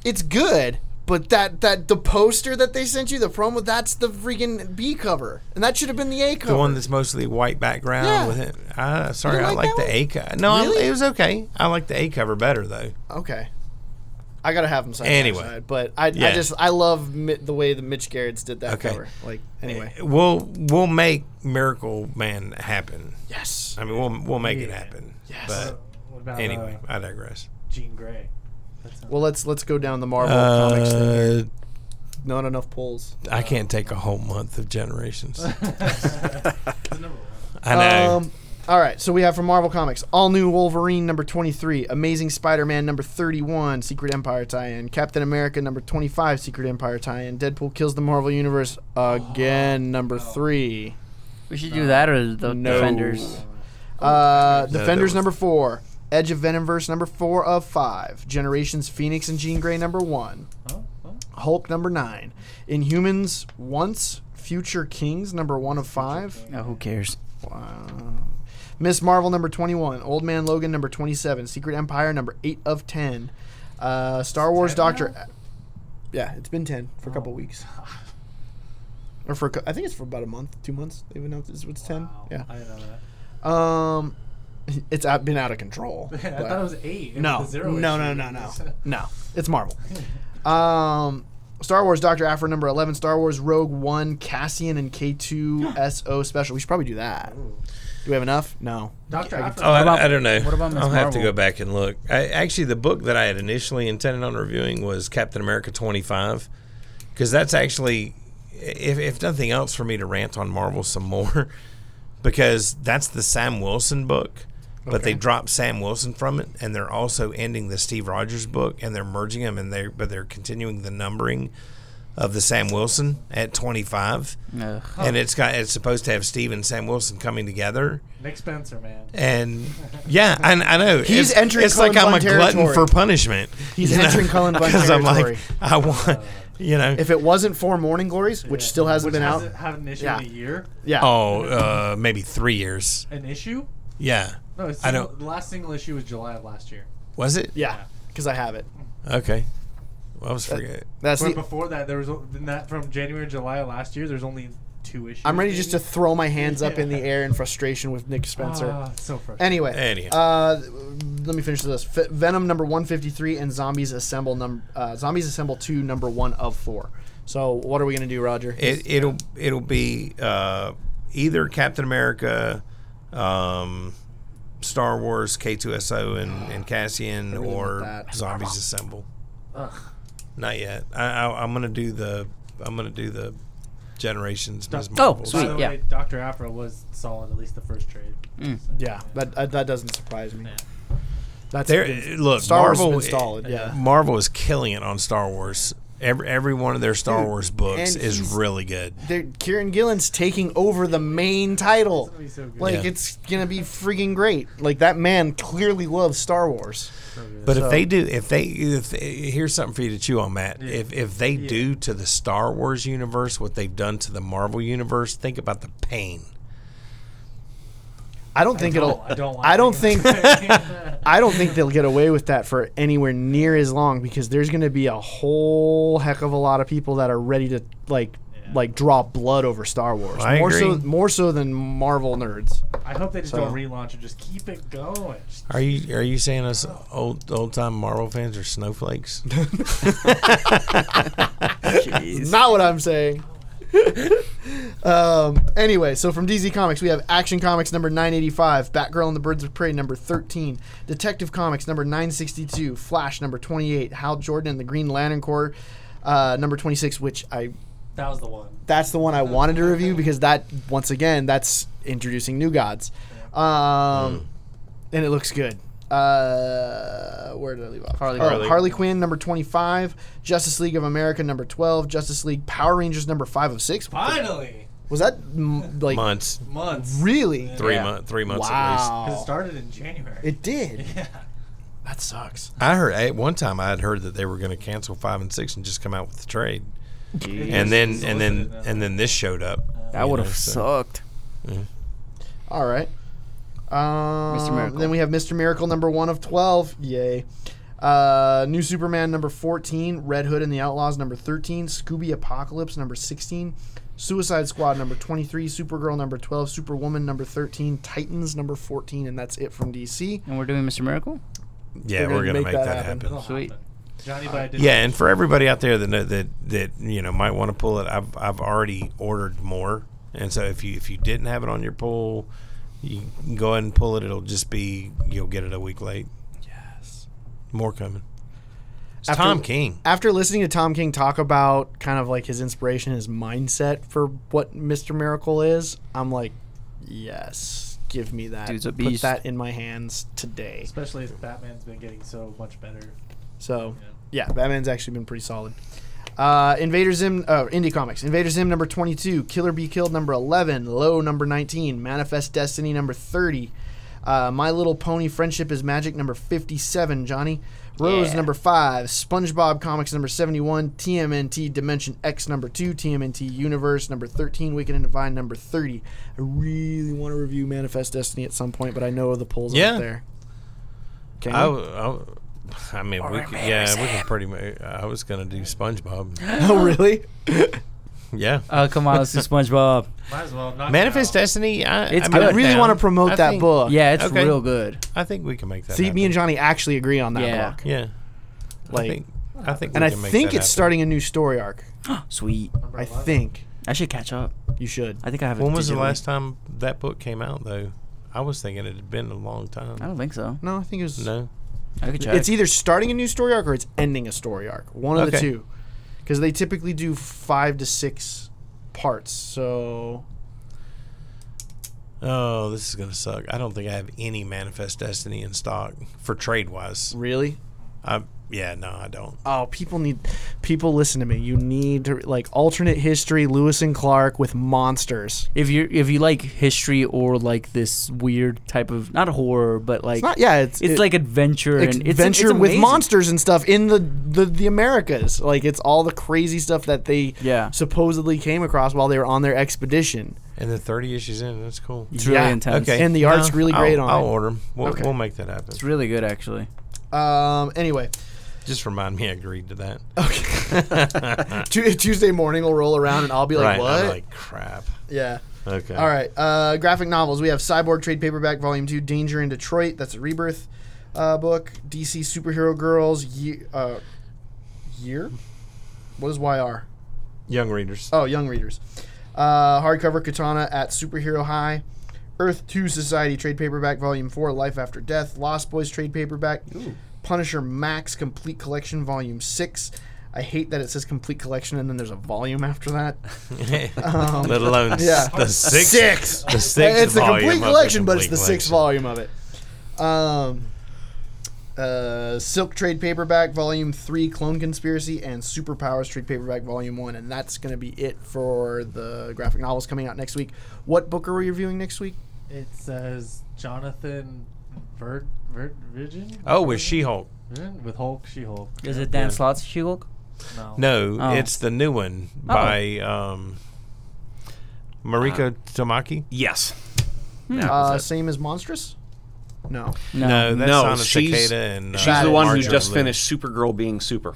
S1: It's good, but that that the poster that they sent you, the promo, that's the freaking B cover, and that should have been the A cover.
S3: The one that's mostly white background
S1: Yeah.
S3: with it. I, sorry,
S1: You
S3: I
S1: like
S3: like
S1: that
S3: the
S1: one?
S3: A cover. No, I-
S1: Really?
S3: it was okay. I like the A cover better though.
S1: Okay. I gotta have them side
S3: Anyway.
S1: anyway, by side, but I,
S3: Yeah.
S1: I just I love mi- the way that Mitch Garrett's did that
S3: Okay.
S1: cover. Like anyway,
S3: We'll we'll make Miracle Man happen.
S1: yes,
S3: I mean, we'll we'll make it
S5: Yeah.
S3: happen.
S1: Yes. Uh,
S3: But
S5: What about
S3: Um, anyway, I digress.
S5: uh, Jean Grey? That's not-
S1: Well, let's let's go down the Marvel comics. Thing. here.
S3: Uh,
S1: Not enough polls.
S3: I can't take a whole month of generations.
S5: the number one.
S3: I know.
S4: Um,
S1: Um, all right, so we have from Marvel Comics All New Wolverine number 23, Amazing Spider Man number 31, Secret Empire tie in, Captain America number 25, Secret Empire tie in, Deadpool Kills the Marvel Universe
S3: Oh,
S1: again, number 3.
S4: We should do that or the
S1: No.
S4: Defenders.
S1: Uh,
S3: that
S1: Defenders
S3: was-
S1: number four. Edge of Venomverse number four of five. Generations Phoenix and Jean Grey number one.
S5: Oh, well,
S1: Hulk number nine. Inhumans once. Future Kings number one of five.
S4: Oh, who cares?
S1: Wow. Miss Marvel number twenty one. Old Man Logan number twenty seven. Secret Empire number eight of ten. Uh, Star Wars Doctor. Yeah, it's been ten for a couple
S5: Oh.
S1: weeks. Or for a cou- I think it's for about a month, two months. They've announced it's, it's ten.
S5: wow.
S1: Yeah.
S5: I didn't know that.
S1: Um, it's out, been out of control.
S5: I
S1: but-
S5: thought it was eight. It
S1: no,
S5: was a zero
S1: no, no,
S5: issue.
S1: no, no, no. It's Marvel. Um, Star Wars, Doctor Aphra, number eleven. Star Wars, Rogue One, Cassian, and K two S O special. We should probably do that. Do we have enough? No.
S5: Doctor Afro.
S3: Oh, I,
S4: about-
S3: I don't know.
S4: what about Ms.
S3: I'll have to go
S4: Marvel?
S3: back and look. I, actually, the book that I had initially intended on reviewing was Captain America 25, because that's actually, if, if nothing else, for me to rant on Marvel some more, because that's the Sam Wilson book, but they dropped Sam Wilson from it, and they're also ending the Steve Rogers book, and they're merging them, and they're but they're continuing the numbering of the Sam Wilson at 25,
S4: Ugh.
S3: and it's got it's supposed to have Steve and Sam Wilson coming together
S5: Nick Spencer, man.
S3: and yeah, I, I know
S1: He's
S3: it's,
S1: entering
S3: It's
S1: Cullen
S3: like I'm
S1: Bunn
S3: a glutton
S1: territory.
S3: for punishment.
S1: He's
S3: you know,
S1: entering Cullen Bunn
S3: because I'm like
S1: territory.
S3: I want you know.
S1: If it wasn't for Morning Glories, which
S5: Yeah.
S1: still hasn't
S5: Which
S1: been
S5: hasn't
S1: out,
S5: Had an issue
S1: Yeah.
S5: in a year.
S1: yeah.
S3: oh, uh, maybe three years.
S5: An issue?
S3: Yeah,
S5: No, it's
S3: I
S5: single-
S3: don't-
S5: The last single issue was July of last year.
S3: was it?
S1: Yeah, because I have it.
S3: Okay, well, I was forget.
S1: That's
S5: But
S1: the.
S5: before that, there was o- then that from January, July of last year. There's only two issues.
S1: I'm ready just to
S5: maybe?
S1: throw my hands up in the air in frustration with Nick Spencer.
S5: Ah, so frustrating.
S1: Anyway,
S3: Anyhow.
S1: uh, let me finish this. F- Venom number one fifty three and Zombies Assemble number uh, Zombies Assemble two number one of four. So what are we gonna do, Roger?
S3: It, it'll it'll be uh, either Captain America, um, Star Wars K2SO and, and Cassian,
S1: really want
S3: or
S1: that.
S3: Zombies Assemble.
S5: Ugh.
S3: Not yet. I, I, I'm gonna do the I'm gonna do the generations. Ms.
S4: Oh,
S3: Marvel.
S5: By
S4: sweet.
S5: the
S4: yeah. Mm.
S5: way, Doctor Afro was solid at least the first trade. So,
S1: yeah, that uh, that doesn't surprise me. That's
S3: There,
S1: been-
S3: look,
S1: Star Wars has
S3: Marvel,
S1: been solid. Yeah,
S3: Marvel is killing it on Star Wars. Every, every one of their Star
S1: Dude,
S3: Wars books
S1: and
S3: is
S1: he's-
S3: really good.
S1: They're, Kieran Gillen's taking over the main title.
S5: gonna be so good.
S1: Like
S3: Yeah.
S1: it's gonna be freaking great. Like that man clearly loves Star Wars.
S3: But
S1: So-
S3: if they do, if they, if, here's something for you to chew on, Matt. If if they do to the Star Wars universe what they've done to the Marvel universe, think about the pain.
S1: I don't think
S5: don't-
S1: it'll.
S5: I don't like
S1: I don't
S5: thinking
S1: think. I don't think they'll get away with that for anywhere near as long because there's going to be a whole heck of a lot of people that are ready to like like draw blood over Star Wars.
S3: I
S1: more so,
S3: agree.
S1: more so than Marvel nerds.
S5: I hope they just
S1: So-
S5: don't relaunch and just keep it going. Just
S3: Are you are you saying us old old time Marvel fans are snowflakes?
S1: It's not what I'm saying. um, anyway, so from DZ Comics, we have Action Comics number 985, Batgirl and the Birds of Prey number 13, Detective Comics number 962, Flash number 28, Hal Jordan and the Green Lantern Corps uh, number 26, which I
S5: That was the one.
S1: that's the one I wanted to review because that once again that's introducing new gods, um, and it looks good. Uh, where did I leave off?
S4: Harley
S1: Oh,
S4: Quinn.
S1: Harley Quinn number twenty five, Justice League of America number twelve, Justice League Power Rangers number five of six.
S5: Finally,
S1: Was that mm, like
S3: months,
S5: months.
S1: really?
S3: three
S4: Yeah.
S3: month, three months at least.
S1: Wow,
S5: 'Cause it started in January.
S1: it did.
S5: yeah.
S1: That sucks.
S3: I heard at one time I had heard that they were going to cancel five and six and just come out with the trade, and then and then
S5: Solicited, uh,
S3: and then this showed up.
S4: That would
S3: know,
S4: have
S3: so-
S4: sucked.
S1: All right. Um,
S4: Miracle.
S1: Then we have Mr. Miracle number one of 12. Yay. Uh, New Superman number 14. Red Hood and the Outlaws number 13. Scooby Apocalypse number 16. Suicide Squad number 23. Supergirl number 12. Superwoman number 13. Titans number 14. And that's it from DC.
S4: And we're doing Mr. Miracle?
S3: Yeah,
S1: We're
S3: we're,
S1: gonna
S3: going to make, that, happen.
S5: It'll
S4: Sweet.
S5: happen. Johnny but I did.
S3: Yeah, and for everybody out there that know- that that you know might want to pull it, I've I've already ordered more, and so if you if you didn't have it on your pull, you can go ahead and pull it. It'll just be you'll get it a week late. Yes, more coming. It's
S1: After-
S3: Tom King.
S1: After listening to Tom King talk about kind of like his inspiration, his mindset for what Mr. Miracle is, I'm like, yes, give me that.
S4: Dude's a
S1: Put
S4: beast.
S1: that in my hands today.
S5: Especially as Batman's been getting so much better.
S1: So,
S5: Yeah.
S1: yeah, Batman's actually been pretty solid. Uh, Invader Zim, uh, Indie Comics. Invader Zim number 22, Killer Be Killed number 11, Low number 19, Manifest Destiny number 30, uh, My Little Pony Friendship is Magic number 57, Johnny, Rose
S4: Yeah.
S1: number 5, SpongeBob Comics number 71, TMNT Dimension X number 2, TMNT Universe number 13, Wicked and Divine number 30. I really want to review Manifest Destiny at some point, but I know the polls
S3: Yeah.
S1: aren't there. Can
S3: I,
S1: you?
S3: w- I w- I mean, we could, yeah, we can pretty much. I was going to do SpongeBob.
S1: oh, really?
S3: Yeah.
S4: Oh, come on, let's do SpongeBob.
S5: Might as well. knock it
S3: Manifest
S5: out.
S3: Destiny. I,
S4: It's
S3: I'm
S4: good.
S1: I
S3: not
S1: really
S3: down.
S1: want to promote
S3: I
S1: that
S3: think-
S1: book.
S4: Yeah, it's
S3: Okay.
S4: real good.
S3: I think we can make that.
S1: See, me and
S3: happen.
S1: Johnny actually agree on that
S4: Yeah.
S1: book.
S3: Yeah. I
S1: Like,
S3: think. I think.
S1: and
S3: we
S1: I
S3: can make
S1: think it's
S3: that happen.
S1: starting a new story arc.
S4: Sweet.
S5: Number
S1: I
S5: 11.
S1: think
S4: I should catch up.
S1: you should.
S4: I think I have. it
S3: When was the
S4: digitally.
S3: last time that book came out, though? I was thinking it had been a long time.
S4: I don't think so.
S1: No, I think it was.
S3: No.
S4: I could check.
S1: It's either starting a new story arc or it's ending a story arc. One of the
S3: Okay.
S1: two, because they typically do five to six parts. So
S3: Oh, this is gonna suck. I don't think I have any Manifest Destiny in stock for trade wise.
S1: really,
S3: I yeah, no, I don't.
S1: oh, people need people listen to me. You need to like alternate history, Lewis and Clark with monsters.
S4: if you if you like history or like this weird type of not horror but like
S1: It's not yeah, it's
S4: it's
S1: it-
S4: like adventure and it's- it's,
S1: adventure with
S4: amazing.
S1: monsters and stuff in the, the the Americas. Like it's all the crazy stuff that they
S4: Yeah.
S1: supposedly came across while they were on their expedition.
S3: And the thirty issues in, that's cool.
S4: It's really
S1: Yeah.
S4: intense.
S3: Okay,
S1: And the art's really great
S3: I'll,
S1: on
S3: I'll
S1: it.
S3: order them. We'll,
S1: Okay.
S3: we'll make that happen.
S4: It's really good actually.
S1: Um. Anyway,
S3: Just remind me I agreed to that.
S1: Tu- Tuesday morning will roll around and I'll be like,
S3: right?
S1: "What?
S3: I'm like crap.
S1: yeah."
S3: Okay.
S1: All right. Uh, graphic novels. We have Cyborg trade paperback volume two, Danger in Detroit. That's a rebirth uh, book. DC superhero girls. Year. Uh, year. What is YR?
S3: Young readers.
S1: Oh, young readers. Uh, hardcover Katana at Superhero High. Earth 2 Society trade paperback volume 4 Life After Death. Lost Boys trade paperback. Punisher Max complete collection volume 6. I hate that it says complete collection and then there's a volume after that.
S3: Let alone
S1: Uh, um, yeah.
S3: yeah. the sixth.
S1: Six.
S3: The sixth.
S1: it's the
S3: volume
S1: complete
S3: of the
S1: collection, but it's the
S3: complete
S1: sixth
S3: collection.
S1: volume of it. Um, uh, Silk Trade Paperback Volume 3, Clone Conspiracy, and Superpowers Trade Paperback Volume 1. And that's going to be it for the graphic novels coming out next week. What book are we reviewing next week?
S5: It says Jonathan Vert Vert Virgin.
S3: Oh, with She-Hulk.
S5: Virgin? with Hulk, She Hulk.
S4: Is it Dan Slott's She-Hulk?
S5: No.
S3: No,
S4: Oh.
S3: it's the new one by um, Mariko Tamaki.
S2: Yes.
S1: Uh, same as Monstrous? No.
S4: No.
S3: No, that's
S2: No,
S3: Sana
S2: she's-
S3: Cicada and uh,
S2: She's the one who
S3: Marjorie
S2: just
S3: Lewis.
S2: finished Supergirl being super.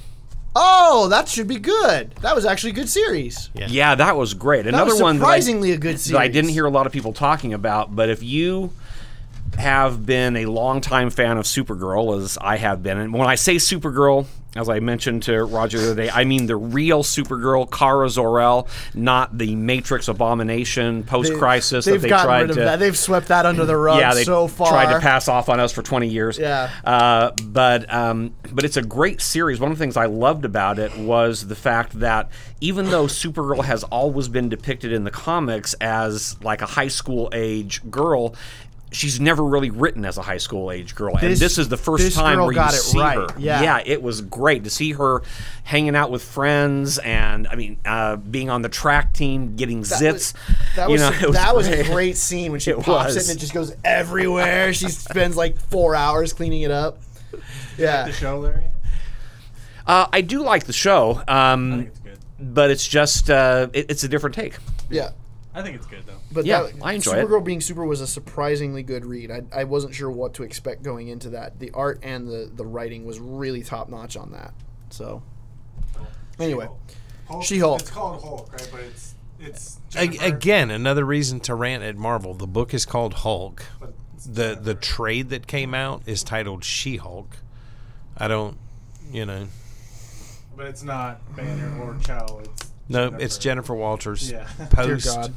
S1: Oh, that should be good. That was actually a good series.
S3: Yeah.
S2: Yeah, that was great.
S1: That
S2: Another
S1: was
S2: one that I-
S1: surprisingly a good series.
S2: that I didn't hear a lot of people talking about, but if you have been a longtime fan of Supergirl, as I have been, and when I say Supergirl, as I mentioned to Roger the other day, I mean the real Supergirl, Kara Zor-El, not the Matrix Abomination post-crisis
S1: They've
S2: that they
S1: gotten
S2: tried
S1: rid of
S2: to.
S1: that. They've swept that under the rug
S2: yeah, they
S1: so far.
S2: tried to pass off on us for 20 years.
S1: Yeah.
S2: Uh, but um, but it's a great series. One of the things I loved about it was the fact that even though Supergirl has always been depicted in the comics as like a high school age girl. She's never really written as a high school age girl, and
S1: This-
S2: this, is the first
S1: this
S2: time
S1: girl
S2: where
S1: got
S2: you
S1: it
S2: see
S1: right.
S2: her.
S1: Yeah.
S2: yeah, it was great to see her hanging out with friends, and I mean, uh, being on the track team, getting
S1: That
S2: zits.
S1: was- That
S2: You
S1: was,
S2: know, it was
S1: that was a
S2: great.
S1: great scene when she
S2: It
S1: pops it
S2: was.
S1: and it just goes everywhere. she spends like four hours cleaning it up. Yeah.
S5: The show, Larry.
S2: Uh, I do like the show,
S5: I
S2: um,
S5: think it's good.
S2: but it's just uh, it, it's a different take.
S1: Yeah.
S5: I think it's good though.
S1: But
S2: Yeah,
S1: that,
S2: I enjoy it.
S1: Supergirl being super was a surprisingly good read. I, I wasn't sure what to expect going into that. The art and the, the writing was really top notch on that. So, anyway,
S6: Hulk,
S1: She-Hulk.
S6: It's called Hulk, right? But it's it's
S3: A-
S6: Jennifer-
S3: again another reason to rant at Marvel. The book is called Hulk. The the trade that came out is titled She-Hulk. I don't, you know.
S6: but it's not Banner or Chow. It's
S3: No, it's Jennifer Walters.
S6: Yeah.
S1: dear
S3: Post.
S1: God.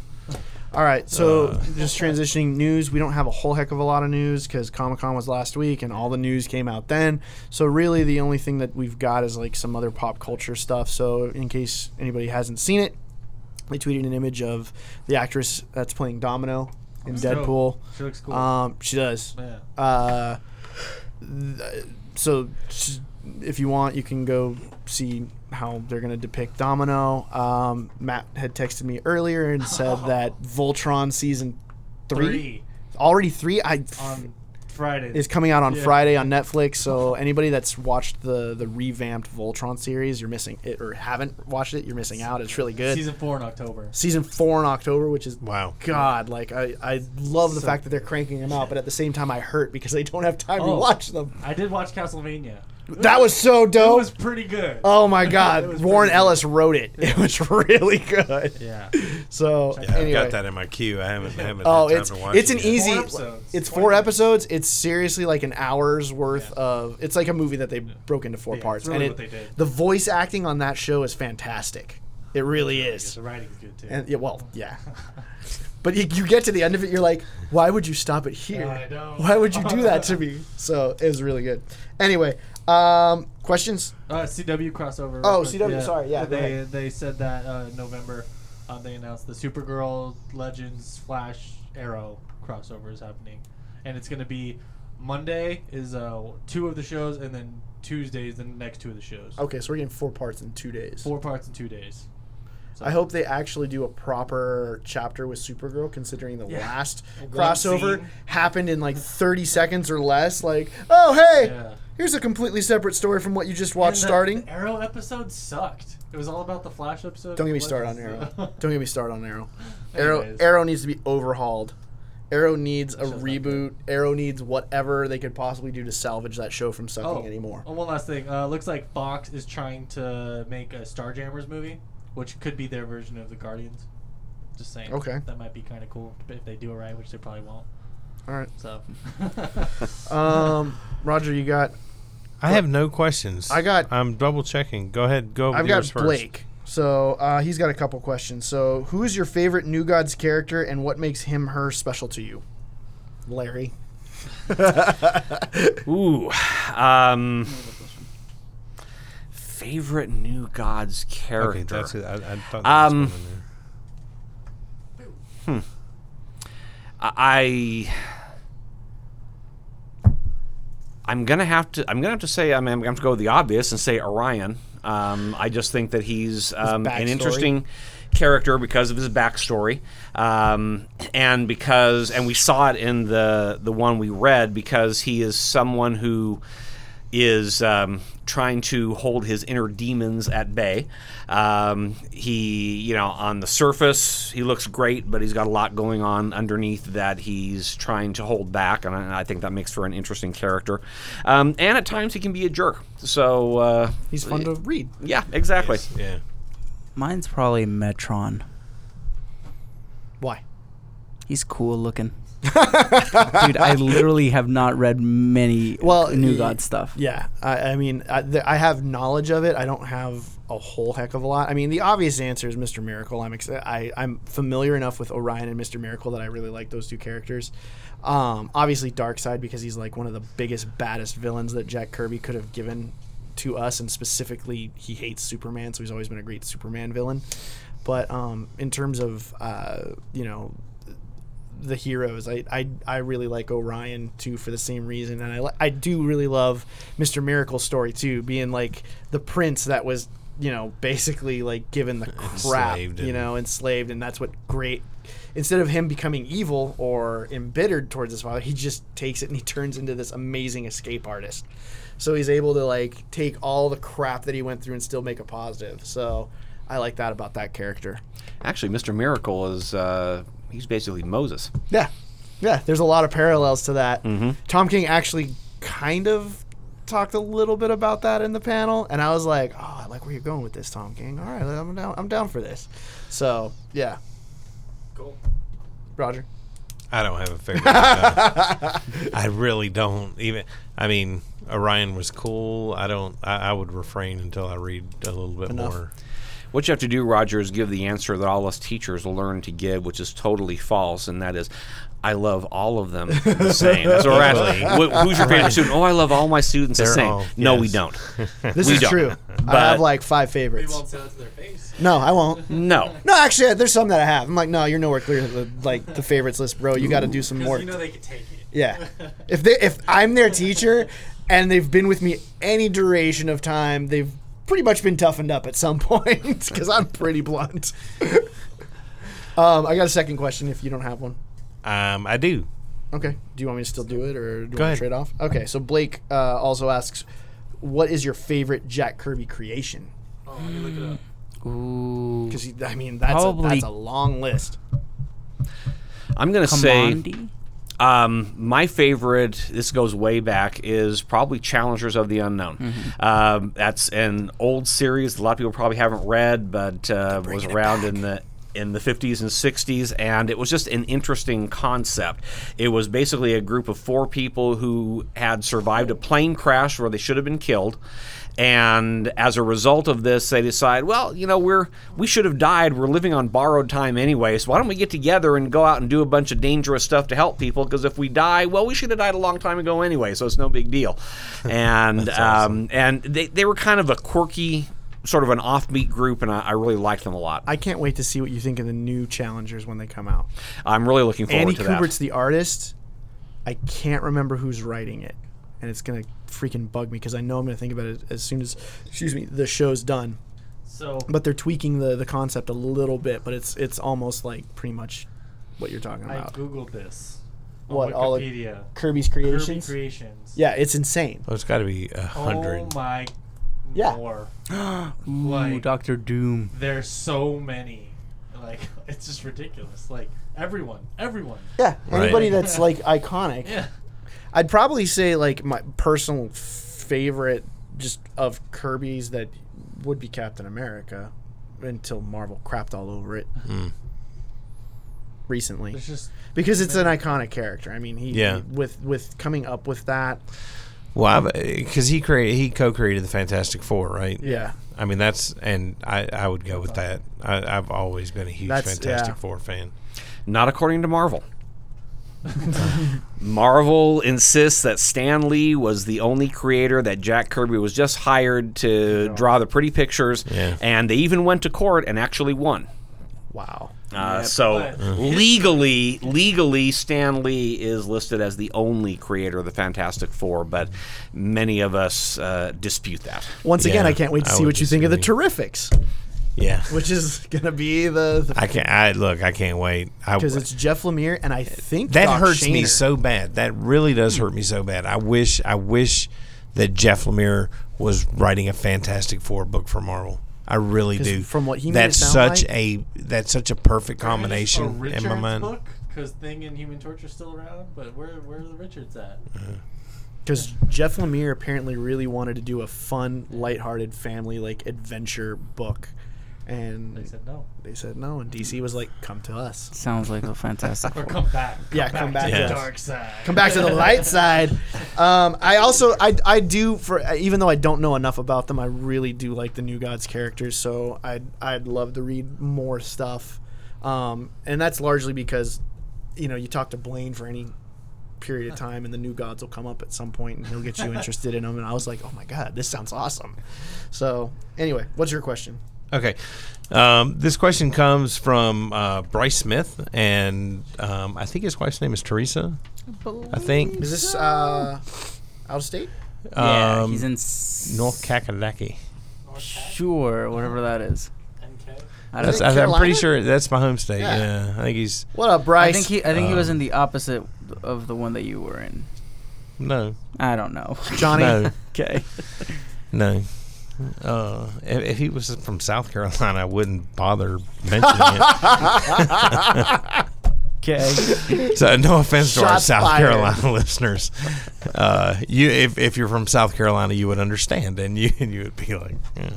S1: All right, so just transitioning news. We don't have a whole heck of a lot of news because Comic Con was last week and all the news came out then. So, really, the only thing that we've got is like some other pop culture stuff. So, in case anybody hasn't seen it, they tweeted an image of the actress that's playing Domino in Deadpool.
S5: She looks cool.
S1: Um, she does.
S5: yeah.
S1: Uh, th- so s- if you want, you can go see how they're going to depict Domino. Um, Matt had texted me earlier and said that Voltron season three,
S5: Three
S1: already three, I
S5: on Friday.
S1: is coming out on
S5: Yeah.
S1: Friday on Netflix. So anybody that's watched the the revamped Voltron series, you're missing it, or haven't watched it, you're missing out. It's really good. Season,
S5: season four in October.
S1: four in October, which is
S3: Wow.
S1: God, like I, I love the fact that they're cranking them out, but at the same time I hurt because I don't have time to
S5: Oh.
S1: watch them.
S5: I did watch Castlevania.
S1: That was so
S6: It
S1: dope.
S6: was pretty good.
S1: oh my god,
S6: was
S1: Warren
S6: pretty
S1: Ellis wrote it. It was really good.
S6: yeah.
S1: So
S3: Yeah,
S1: anyway,
S3: I've got that in my queue. I haven't, I haven't
S1: Oh,
S3: had time
S1: it's
S3: to watch
S1: it's
S3: it
S1: an
S3: yet.
S1: easy.
S6: Four episodes.
S1: It's
S6: Four
S1: four episodes. It's seriously like an hour's worth of. It's like a movie that they broke into four
S6: Yeah,
S1: parts,
S6: it's really
S1: and
S6: what
S1: it,
S6: they did.
S1: the voice acting on that show is fantastic. It really is.
S6: The writing's good too.
S1: And yeah, well, yeah. But you, you get to the end of it, you're like, why would you stop it here?
S6: I know.
S1: Why would you do that to me? So it was really good. Anyway, um, questions?
S6: Uh, CW crossover.
S1: Oh,
S6: real quick.
S1: CW, sorry, yeah, go
S6: they
S1: ahead.
S6: they said that uh, November uh, they announced the Supergirl, Legends, Flash, Arrow crossover is happening, and it's gonna be Monday is uh, two of the shows, and then Tuesday is the next two of the shows.
S1: Okay, so we're getting four parts in two days.
S6: Four parts in two days. So
S1: I hope they actually do a proper chapter with Supergirl, considering the
S6: Yeah.
S1: last
S6: One
S1: crossover
S6: scene.
S1: happened in like 30 seconds or less. Like, oh, hey,
S6: Yeah.
S1: here's a completely separate story from what you just watched
S6: And the-
S1: starting.
S6: the Arrow episode sucked. It was all about the Flash episode.
S1: Don't get me
S6: Legends,
S1: started on Arrow.
S6: so-
S1: Don't get me started on Arrow. Arrow
S6: Anyways.
S1: Arrow needs to be overhauled. Arrow needs a
S6: That show's not
S1: reboot. Arrow needs whatever they could possibly do to salvage that show from sucking anymore.
S6: oh, one last thing. Uh, looks like Fox is trying to make a Starjammers movie, which could be their version of the Guardians. Just saying.
S1: Okay.
S6: That might be kind of cool if they do it right, which they probably won't.
S1: All right.
S6: So.
S1: Um, Roger, you got.
S3: I have no questions.
S1: I got-
S3: I'm double checking. Go ahead. Go. With
S1: I've got
S3: yours first.
S1: Blake. So uh, he's got a couple questions. So who is your favorite New Gods character, and what makes him her special to you? Larry.
S2: Ooh. Um, favorite New Gods character.
S3: Okay, that's it. I, I thought. that was
S2: Um,
S3: going in there.
S2: I I'm gonna have to I'm gonna have to say I'm, I'm gonna have to go with the obvious and say Orion. Um, I just think that he's um, an
S1: backstory.
S2: interesting character because of his backstory, um, and because and we saw it in the the one we read because he is someone who is um, trying to hold his inner demons at bay. Um, he, you know, on the surface, he looks great, but he's got a lot going on underneath that he's trying to hold back, and I, I think that makes for an interesting character. Um, and at times, he can be a jerk. So, uh,
S1: He's fun to read.
S2: yeah, exactly.
S3: Yes, yeah.
S4: Mine's probably Metron.
S1: Why?
S4: He's cool looking. Dude, I literally have not read many
S1: Well,
S4: New
S1: y-
S4: God stuff.
S1: Yeah, I, I mean, I, th- I have knowledge of it. I don't have a whole heck of a lot. I mean, the obvious answer is Mr. Miracle. I'm ex- I, I'm familiar enough with Orion and Mr. Miracle that I really like those two characters. Um, obviously, Darkseid because he's like one of the biggest, baddest villains that Jack Kirby could have given to us, and specifically, he hates Superman, so he's always been a great Superman villain. But um, in terms of uh, you know the heroes. I, I I really like Orion too for the same reason, and I li- I do really love Mister Miracle's story too, being like the prince that was you know basically like given the crap,
S3: Enslaved
S1: you
S3: and-
S1: know, enslaved, and that's what great. Instead of him becoming evil or embittered towards his father, he just takes it and he turns into this amazing escape artist. So he's able to like take all the crap that he went through and still make a positive. So I like that about that character.
S2: Actually, Mr. Miracle is uh, he's basically Moses.
S1: Yeah, yeah. There's a lot of parallels to that.
S2: Mm-hmm.
S1: Tom King actually kind of talked a little bit about that in the panel, and I was like, "Oh, I like where you're going with this, Tom King. All right, I'm down. I'm down for this." So yeah.
S6: Cool.
S1: Roger.
S3: I don't have a favorite. uh, I really don't even. I mean, Orion was cool. I don't. I, I would refrain until I read a little bit
S1: Enough.
S3: more.
S2: What you have to do, Roger, is give the answer that all us teachers learn to give, which is totally false, and that is, I love all of them the same. That's what we're asking. Wh- Who's your favorite student? Oh, I love all my students the
S3: They're
S2: same.
S3: all-
S2: no, we
S3: yes.
S2: don't.
S1: This
S2: We
S1: is
S2: don't,
S1: true. I
S2: but-
S1: have like five
S6: They
S1: favorites.
S6: won't say that to their face.
S1: No, I won't.
S2: No.
S1: No, actually, there's some that I have. I'm like, no, you're nowhere clear to the, like the favorites list, bro. You got to do some more.
S6: Because you know they could take it.
S1: Yeah. If they if I'm their teacher and they've been with me any duration of time, they've pretty much been toughened up at some point because I'm pretty blunt. um, I got a second question if you don't have one.
S3: Um, I do.
S1: Okay. Do you want me to still do it or do
S3: Go
S1: you want
S3: ahead.
S1: to trade off? Okay. So Blake uh, also asks, what is your favorite Jack Kirby creation?
S6: Oh, let me look it up.
S4: Ooh.
S1: Because I mean that's a,
S4: Probably-
S1: that's a long list.
S2: I'm going to say
S4: Commandi?
S2: Um, my favorite, this goes way back, is probably Challengers of the Unknown. Um, that's an old series. A lot of people probably haven't read, but uh, was around in the in the 50s and 60s, and it was just an interesting concept. It was basically a group of four people who had survived a plane crash where they should have been killed. And as a result of this, they decide, well, you know, we're we should have died. We're living on borrowed time anyway. So why don't we get together and go out and do a bunch of dangerous stuff to help people? Because if we die, well, we should have died a long time ago anyway. So it's no big deal. And um, and they, they were kind of a quirky, sort of an offbeat group, and I, I really liked them a lot.
S1: I can't wait to see what you think of the new challengers when they come out.
S2: I'm really looking forward
S1: Andy
S2: to
S1: Kubert's the artist. I can't remember who's writing it, and it's gonna freaking bug me because I know I'm gonna think about it as soon as excuse me the show's done.
S6: So
S1: But they're tweaking the the concept a little bit, but it's it's almost like pretty much what you're talking
S6: I
S1: about.
S6: googled this. on
S1: What, all of-
S6: Wikipedia.
S1: Kirby's
S6: Kirby
S1: Creations.
S6: Creations.
S1: yeah, it's insane.
S3: Oh, it's got to be a hundred.
S6: Oh my.
S1: Yeah.
S6: Lord.
S4: Ooh,
S6: Like-
S4: Doctor Doom.
S6: There's so many. Like it's just ridiculous. Like everyone, everyone.
S1: Yeah,
S3: Right.
S1: anybody that's like iconic.
S6: Yeah.
S1: I'd probably say like my personal favorite just of Kirby's that would be Captain America until Marvel crapped all over it
S3: Hmm.
S1: recently
S6: There's just
S1: because it's an iconic character. I mean, he,
S3: Yeah.
S1: with with coming up with that,
S3: Well, because he created, he co-created the Fantastic Four, right?
S1: yeah,
S3: I mean, that's and I, I would go with that. I, I've always been a huge
S1: That's-
S3: Fantastic
S1: yeah.
S3: Four fan.
S2: that. Not according to Marvel. Marvel insists that Stan Lee was the only creator, that Jack Kirby was just hired to draw the pretty pictures,
S3: Yeah.
S2: and they even went to court and actually won.
S1: wow,
S2: Uh, so
S6: but-
S2: legally, legally, Stan Lee is listed as the only creator of the Fantastic Four, but many of us uh, dispute that.
S1: Once again,
S3: Yeah,
S1: I can't wait to
S3: I
S1: see
S3: would
S1: what you think of the Terrifics,
S3: Yeah,
S1: which is gonna be the
S3: I can't. I look, I can't wait. I,
S1: because it's Jeff Lemire and I think
S3: that
S1: Doc
S3: hurts me
S1: Shaner.
S3: so bad. That really does hurt me so bad. I wish, I wish that Jeff Lemire was writing a Fantastic Four book for Marvel. I really
S1: 'Cause
S3: do.
S1: from what he made it
S3: that's
S1: sound
S3: such
S1: like-
S3: a that's such a perfect combination
S6: There's a
S3: in my
S6: Richards
S3: mind.
S6: Book, because Thing and Human Torch are still around, but where where are the Richards at?
S1: Because Jeff Lemire apparently really wanted to do a fun, lighthearted family like adventure book, and
S6: They said no.
S1: they said no, and DC was like, "Come to us,
S4: Sounds like a fantastic.
S6: Or come back.
S1: Yeah, come back
S6: to
S3: to
S6: the
S3: us.
S6: dark side.
S1: come back to the light side." Um, I also I, I do for even though I don't know enough about them, I really do like the New Gods characters, so I'd I'd love to read more stuff, um, and that's largely because, you know, you talk to Blaine for any period of time and the new gods will come up at some point and he'll get you interested in them and i was like oh my god this sounds awesome so anyway what's your question
S3: Okay. Um, this question comes from uh, Bryce Smith, and um, I think his wife's name is Teresa. I think.
S1: is this uh out of state
S4: yeah,
S3: Um,
S4: he's in s-
S3: North Kakalaki.
S4: Sure, whatever that is. I don't
S3: That's,
S1: it
S3: I, I'm
S1: Carolina?
S3: pretty sure that's my home state.
S1: Yeah.
S3: Yeah. I think he's
S1: what up
S4: I
S1: bryce
S4: think he. I think he was in the opposite of the one that you were in.
S3: no,
S4: I don't know.
S1: johnny
S3: no,
S4: okay.
S3: no. Uh, if, if he was from South Carolina, I wouldn't bother mentioning
S4: Okay.
S3: it. So, no offense to our
S1: Shots
S3: South
S1: fired.
S3: Carolina listeners. Uh, you, if, if you're from South Carolina, you would understand, and you and you would be like, yeah.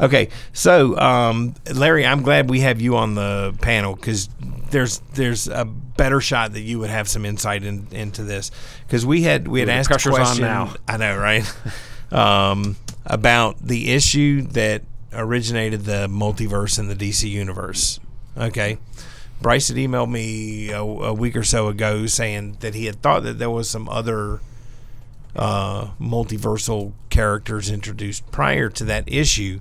S3: okay. So, um, Larry, I'm glad we have you on the panel because there's there's a better shot that you would have some insight in, into this because we had we had
S2: Ooh, the
S3: asked a
S2: pressure's on
S3: question.
S2: now.
S3: I know, right? um, about the issue that originated the multiverse in the DC universe. Okay. Bryce had emailed me a, a week or so ago saying that he had thought that there was some other uh, multiversal characters introduced prior to that issue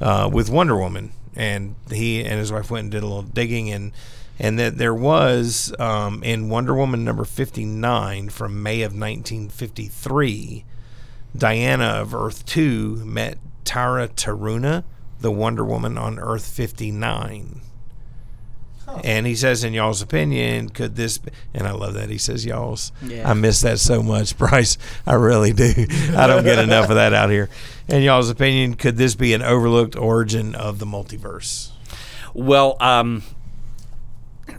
S3: uh, with Wonder Woman, and he and his wife went and did a little digging, and and that there was um, in Wonder Woman number fifty nine from May of nineteen fifty three, Diana of Earth two met Tara Taruna, the Wonder Woman on Earth fifty nine. And he says, in y'all's opinion, could this? Be, and I love that he says y'all's.
S4: Yeah.
S3: I miss that so much, Bryce. I really do. I don't get enough of that out here. In y'all's opinion, could this be an overlooked origin of the multiverse?
S2: Well, um, I-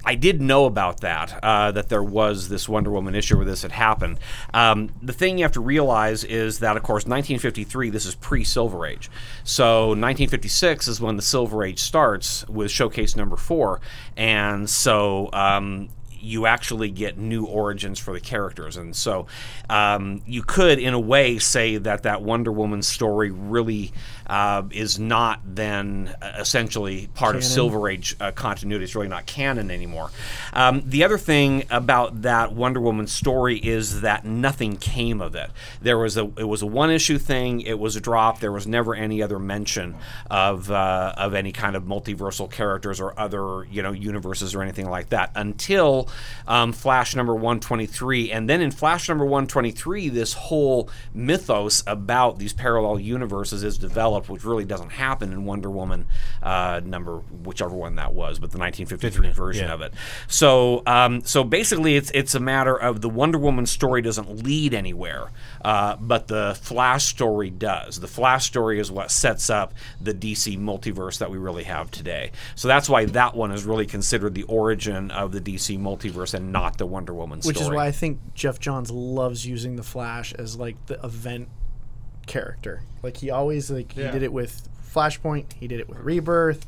S2: I did know about that, uh, that there was this Wonder Woman issue where this had happened. Um, the thing you have to realize is that, of course, 1953, this is pre Silver Age. So 1956 is when the Silver Age starts with showcase number four. And so um, you actually get new origins for the characters. And so um, you could, in a way, say that that Wonder Woman story really uh, is not then uh, essentially part of Silver Age uh, continuity. It's really not canon anymore. Um, the other thing about that Wonder Woman story is that nothing came of it. There was a it was a one issue thing. It was a drop. There was never any other mention of uh, of any kind of multiversal characters or other you know universes or anything like that until um, Flash number 123. And then in Flash number 123, this whole mythos about these parallel universes is developed, which really doesn't happen in Wonder Woman uh, number, whichever one that was, but the 1953 version
S3: yeah.
S2: of it. So, um, so basically, it's it's a matter of the Wonder Woman story doesn't lead anywhere, uh, but the Flash story does. The Flash story is what sets up the DC multiverse that we really have today. So that's why that one is really considered the origin of the DC multiverse and not the Wonder Woman
S1: Which
S2: story.
S1: is why I think Jeff Johns loves using the Flash as like the event character. Like he always like he
S6: Yeah.
S1: did it with Flashpoint, he did it with Rebirth.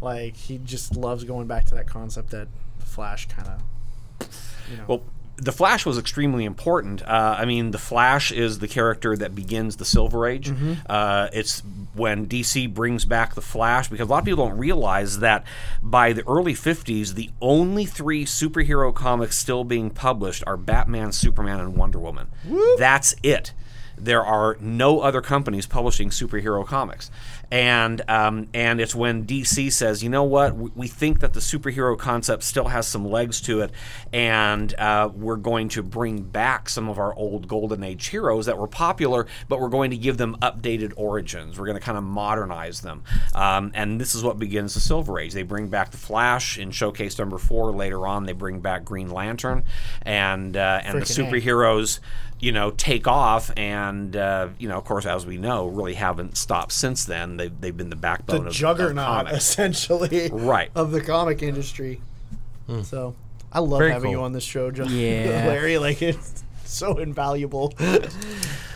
S1: Like he just loves going back to that concept that the Flash kind of you know.
S2: Well, the Flash was extremely important. Uh, I mean, the Flash is the character that begins the Silver Age. Uh, it's when DC brings back the Flash because a lot of people don't realize that by the early 50s, the only three superhero comics still being published are Batman, Superman, and Wonder Woman. That's it there are no other companies publishing superhero comics, and um, and it's when DC says, you know what, we, we think that the superhero concept still has some legs to it, and uh, we're going to bring back some of our old golden age heroes that were popular, but we're going to give them updated origins. We're going to kind of modernize them, um, and this is what begins the Silver Age. They bring back the Flash in Showcase number four. Later on, they bring back Green Lantern, and uh, and the
S1: Freaking A.
S2: superhero heroes, you know, take off, and uh, you know, of course, as we know, really haven't stopped since then. They've, they've been the backbone
S1: the
S2: of
S1: juggernaut
S2: Of comics.
S1: essentially
S2: Right.
S1: of the comic industry. So I love
S3: Very
S1: having
S3: cool.
S1: you on this show, John
S4: Yeah.
S1: Larry. Like it's so invaluable.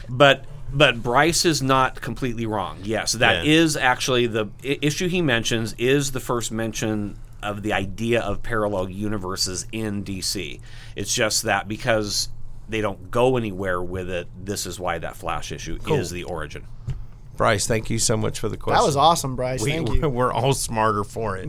S2: but but Bryce is not completely wrong. Yes, that is
S3: Yeah.
S2: actually the i- issue he mentions is the first mention of the idea of parallel universes in DC. It's just that because they don't go anywhere with it, this is why that Flash issue is the origin.
S3: Bryce, thank you so much for the question.
S1: that was awesome, Bryce.
S3: We,
S1: Thank you.
S3: We're all smarter for it.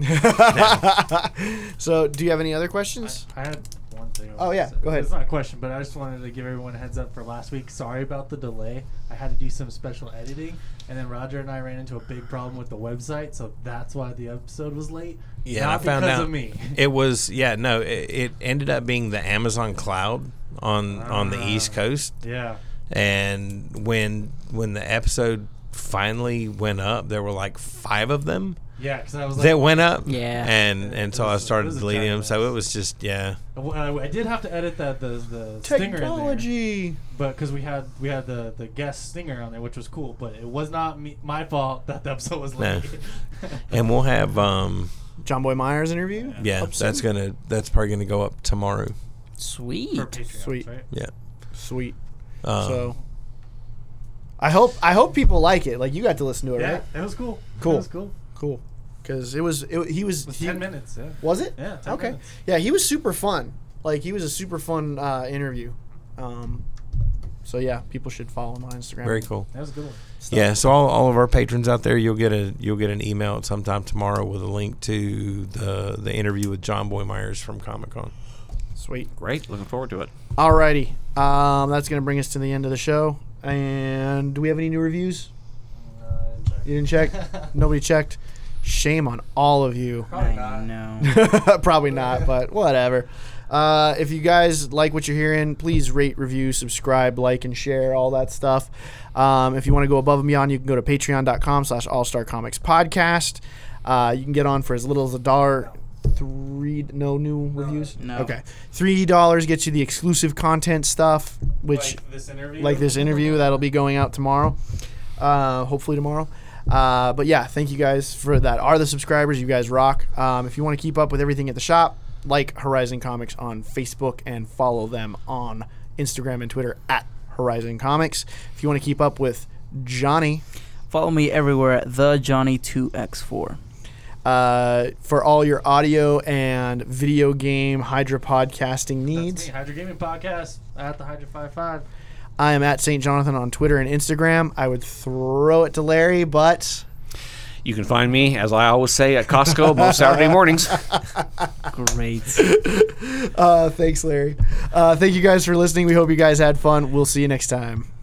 S1: So, do you have any other questions?
S6: I had one thing. I
S1: Oh,
S6: wanted
S1: yeah,
S6: to say.
S1: go ahead.
S6: It's not a question, but I just wanted to give everyone a heads up for last week. Sorry about the delay. I had to do some special editing, and then Roger and I ran into a big problem with the website, so that's why the episode was late.
S3: Yeah,
S6: not
S3: and I found
S6: because
S3: out
S6: of me.
S3: it was yeah no it, it ended up being the Amazon cloud on on
S6: Ah.
S3: the East Coast,
S6: yeah,
S3: and when when the episode finally went up, there were like five of them
S6: yeah, because I was like,
S3: that went up,
S4: Yeah.
S3: and and so
S6: It
S3: I
S6: was- it
S3: started
S6: was a
S3: deleting them.
S6: giant
S3: So it was just yeah,
S6: Well, I, I did have to edit that the the stinger in there,
S1: Technology.
S6: but because we had we had the the guest stinger on there, which was cool, but it was not me, my fault that the episode was
S3: No.
S6: late.
S3: and we'll have um
S1: John Boy Myers interview.
S3: yeah
S1: Up soon.
S3: that's gonna that's probably gonna go up tomorrow.
S6: For
S4: Sweet.
S6: Patreon,
S1: Sweet.
S6: right?
S3: Yeah,
S1: sweet.
S3: um,
S1: so, I hope I hope people like it. Like you got to listen to it,
S6: Yeah,
S1: right?
S6: it was cool.
S1: Cool.
S6: It was cool.
S1: Cool. Because it was it, he was,
S6: It was
S1: he-
S6: ten minutes. Yeah.
S1: Was it?
S6: Yeah, 10
S1: okay.
S6: minutes.
S1: Yeah, he was super fun. Like he was a super fun uh, interview. Um, so yeah, people should follow him on Instagram.
S3: very cool.
S6: That was a good one.
S3: Yeah, so all, all of our patrons out there, you'll get a you'll get an email sometime tomorrow with a link to the the interview with John Boy Myers from Comic Con.
S1: Sweet.
S2: Great, looking forward to it.
S1: Alrighty. Um, that's gonna bring us to the end of the show. And do we have any new reviews? You didn't check. Nobody checked. Shame on all of you.
S6: Probably not.
S4: I know.
S1: Probably not, but whatever. Uh, if you guys like what you're hearing, please rate, review, subscribe, like, and share all that stuff. Um, if you want to go above and beyond, you can go to patreon.com slash all star comics podcast. Uh, you can get on for as little as a dollar. Three no new reviews.
S4: No.
S1: Okay, three dollars gets you the exclusive content stuff, which
S6: Like this interview.
S1: like this interview that'll be going out tomorrow, uh, hopefully tomorrow. Uh, but yeah, thank you guys for that. Are the subscribers? You guys rock. Um, if you want to keep up with everything at the shop, like Horizon Comics on Facebook and follow them on Instagram and Twitter at Horizon Comics. If you want to keep up with Johnny,
S4: Follow me everywhere at the Johnny Two X Four.
S1: uh, for all your audio and video game Hydra podcasting
S6: That's
S1: needs.
S6: me, Hydra Gaming Podcast at the Hydra Five Five.
S1: I am at St. Jonathan on Twitter and Instagram. I would throw it to Larry, but
S2: You can find me, as I always say, at Costco most Saturday mornings.
S4: Great.
S1: uh, thanks, Larry. Uh, thank you guys for listening. We hope you guys had fun. We'll see you next time.